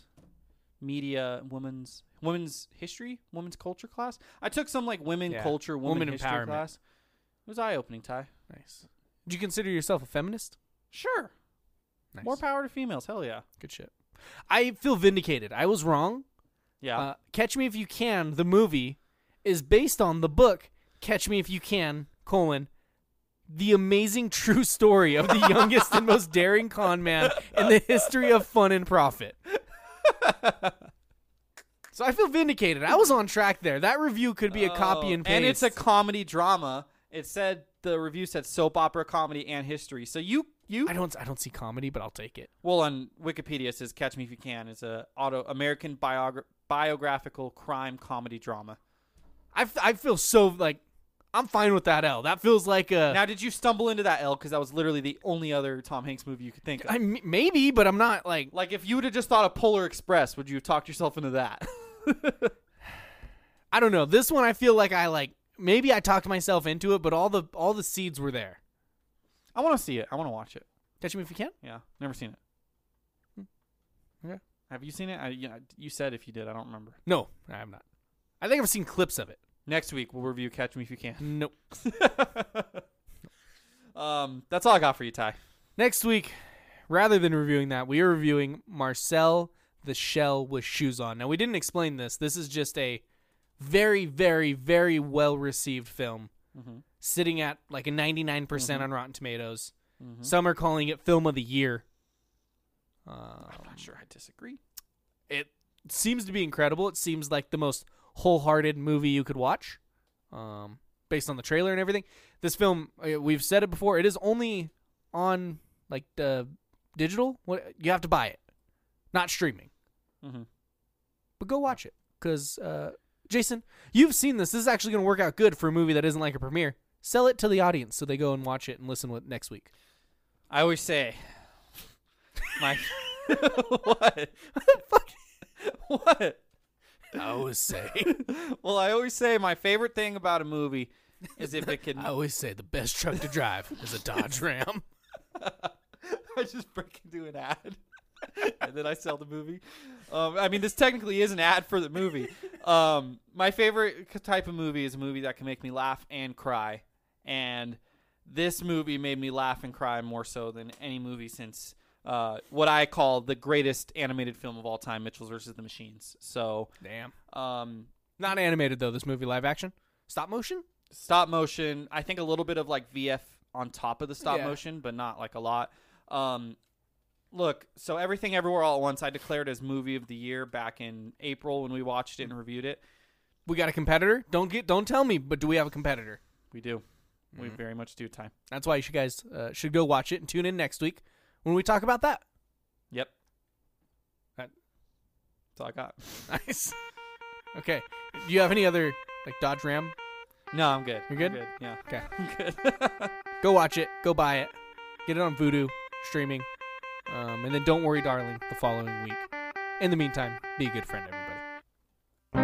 [SPEAKER 1] media, women's women's history, women's culture class. I took some like women
[SPEAKER 2] Yeah.
[SPEAKER 1] culture, women,
[SPEAKER 2] Woman
[SPEAKER 1] history
[SPEAKER 2] empowerment.
[SPEAKER 1] class. It was eye opening, Ty.
[SPEAKER 2] Nice. Do you consider yourself a feminist?
[SPEAKER 1] Sure.
[SPEAKER 2] Nice.
[SPEAKER 1] More power to females. Hell yeah.
[SPEAKER 2] Good shit. I feel vindicated. I was wrong.
[SPEAKER 1] Yeah.
[SPEAKER 2] Uh, Catch Me If You Can, the movie, is based on the book Catch Me If You Can, colon, the amazing true story of the youngest and most daring con man in the history of fun and profit. So I feel vindicated. I was on track there. That review could be a copy Uh, and paste.
[SPEAKER 1] Oh, And it's a comedy drama. It said the review said soap opera, comedy, and history. So you you
[SPEAKER 2] I don't I don't see comedy, but I'll take it.
[SPEAKER 1] Well, on Wikipedia it says "Catch Me If You Can" is a auto American biogra- biographical crime comedy drama.
[SPEAKER 2] I, f- I feel so like I'm fine with that L. That feels like a
[SPEAKER 1] Now, did you stumble into that L because that was literally the only other Tom Hanks movie you could think of?
[SPEAKER 2] I m- maybe, but I'm not like
[SPEAKER 1] like, if you would have just thought of Polar Express, would you have talked yourself into that?
[SPEAKER 2] I don't know. This one I feel like I like maybe I talked myself into it, but all the all the seeds were there.
[SPEAKER 1] I want to see it. I want to watch it.
[SPEAKER 2] Catch me if you can.
[SPEAKER 1] Yeah, never seen it. Hmm.
[SPEAKER 2] Okay.
[SPEAKER 1] Have you seen it? I, yeah, you said if you did, I don't remember.
[SPEAKER 2] No, I have not. I think I've seen clips of it.
[SPEAKER 1] Next week we'll review "Catch Me If You Can."
[SPEAKER 2] Nope.
[SPEAKER 1] um, that's all I got for you, Ty.
[SPEAKER 2] Next week, rather than reviewing that, we are reviewing Marcel the Shell with Shoes On. Now, we didn't explain this. This is just a very, very, very well received film, sitting at like a 99% percent on Rotten Tomatoes. Some are calling it Film of the Year. Um,
[SPEAKER 1] I'm not sure I disagree.
[SPEAKER 2] it seems to be incredible. It seems like the most wholehearted movie you could watch, um, based on the trailer and everything. This film, uh, we've said it before, it is only on like the digital. What you have to buy it, not streaming. Mm-hmm.
[SPEAKER 1] Mhm.
[SPEAKER 2] But go watch it, because uh, Jason, you've seen this. This is actually going to work out good for a movie that isn't like a premiere. Sell it to the audience so they go and watch it and listen with next week.
[SPEAKER 1] I always say, my what? what?
[SPEAKER 2] I always say,
[SPEAKER 1] Well, I always say my favorite thing about a movie is if it can. I
[SPEAKER 2] always say, the best truck to drive is a Dodge Ram.
[SPEAKER 1] just break into an ad, and then I sell the movie. Um, I mean, this technically is an ad for the movie. Um, my favorite k- type of movie is a movie that can make me laugh and cry, and this movie made me laugh and cry more so than any movie since. Uh, what I call the greatest animated film of all time, Mitchell's versus the Machines. So,
[SPEAKER 2] Damn.
[SPEAKER 1] um,
[SPEAKER 2] Not animated though. This movie live action, stop motion.
[SPEAKER 1] stop motion. I think a little bit of like VF on top of the stop
[SPEAKER 2] Yeah.
[SPEAKER 1] motion, but not like a lot. Um, look, so everything everywhere all at once. I declared as movie of the year back in April when we watched it and reviewed it.
[SPEAKER 2] We got a competitor. Don't get. Don't tell me. But do we have a competitor?
[SPEAKER 1] We do, we
[SPEAKER 2] Mm-hmm.
[SPEAKER 1] very much do. Time.
[SPEAKER 2] That's why you should guys uh, should go watch it and tune in next week when we talk about that.
[SPEAKER 1] Yep,
[SPEAKER 2] That-
[SPEAKER 1] that's all I got.
[SPEAKER 2] Nice. okay. Do you have any other like Dodge Ram?
[SPEAKER 1] No, I'm good.
[SPEAKER 2] You're good?
[SPEAKER 1] I'm Yeah,
[SPEAKER 2] Okay.
[SPEAKER 1] I'm good.
[SPEAKER 2] Go watch it. Go buy it. Get it on Vudu streaming. Um, and then don't worry, darling. The following week. In the meantime, be a good friend, everybody.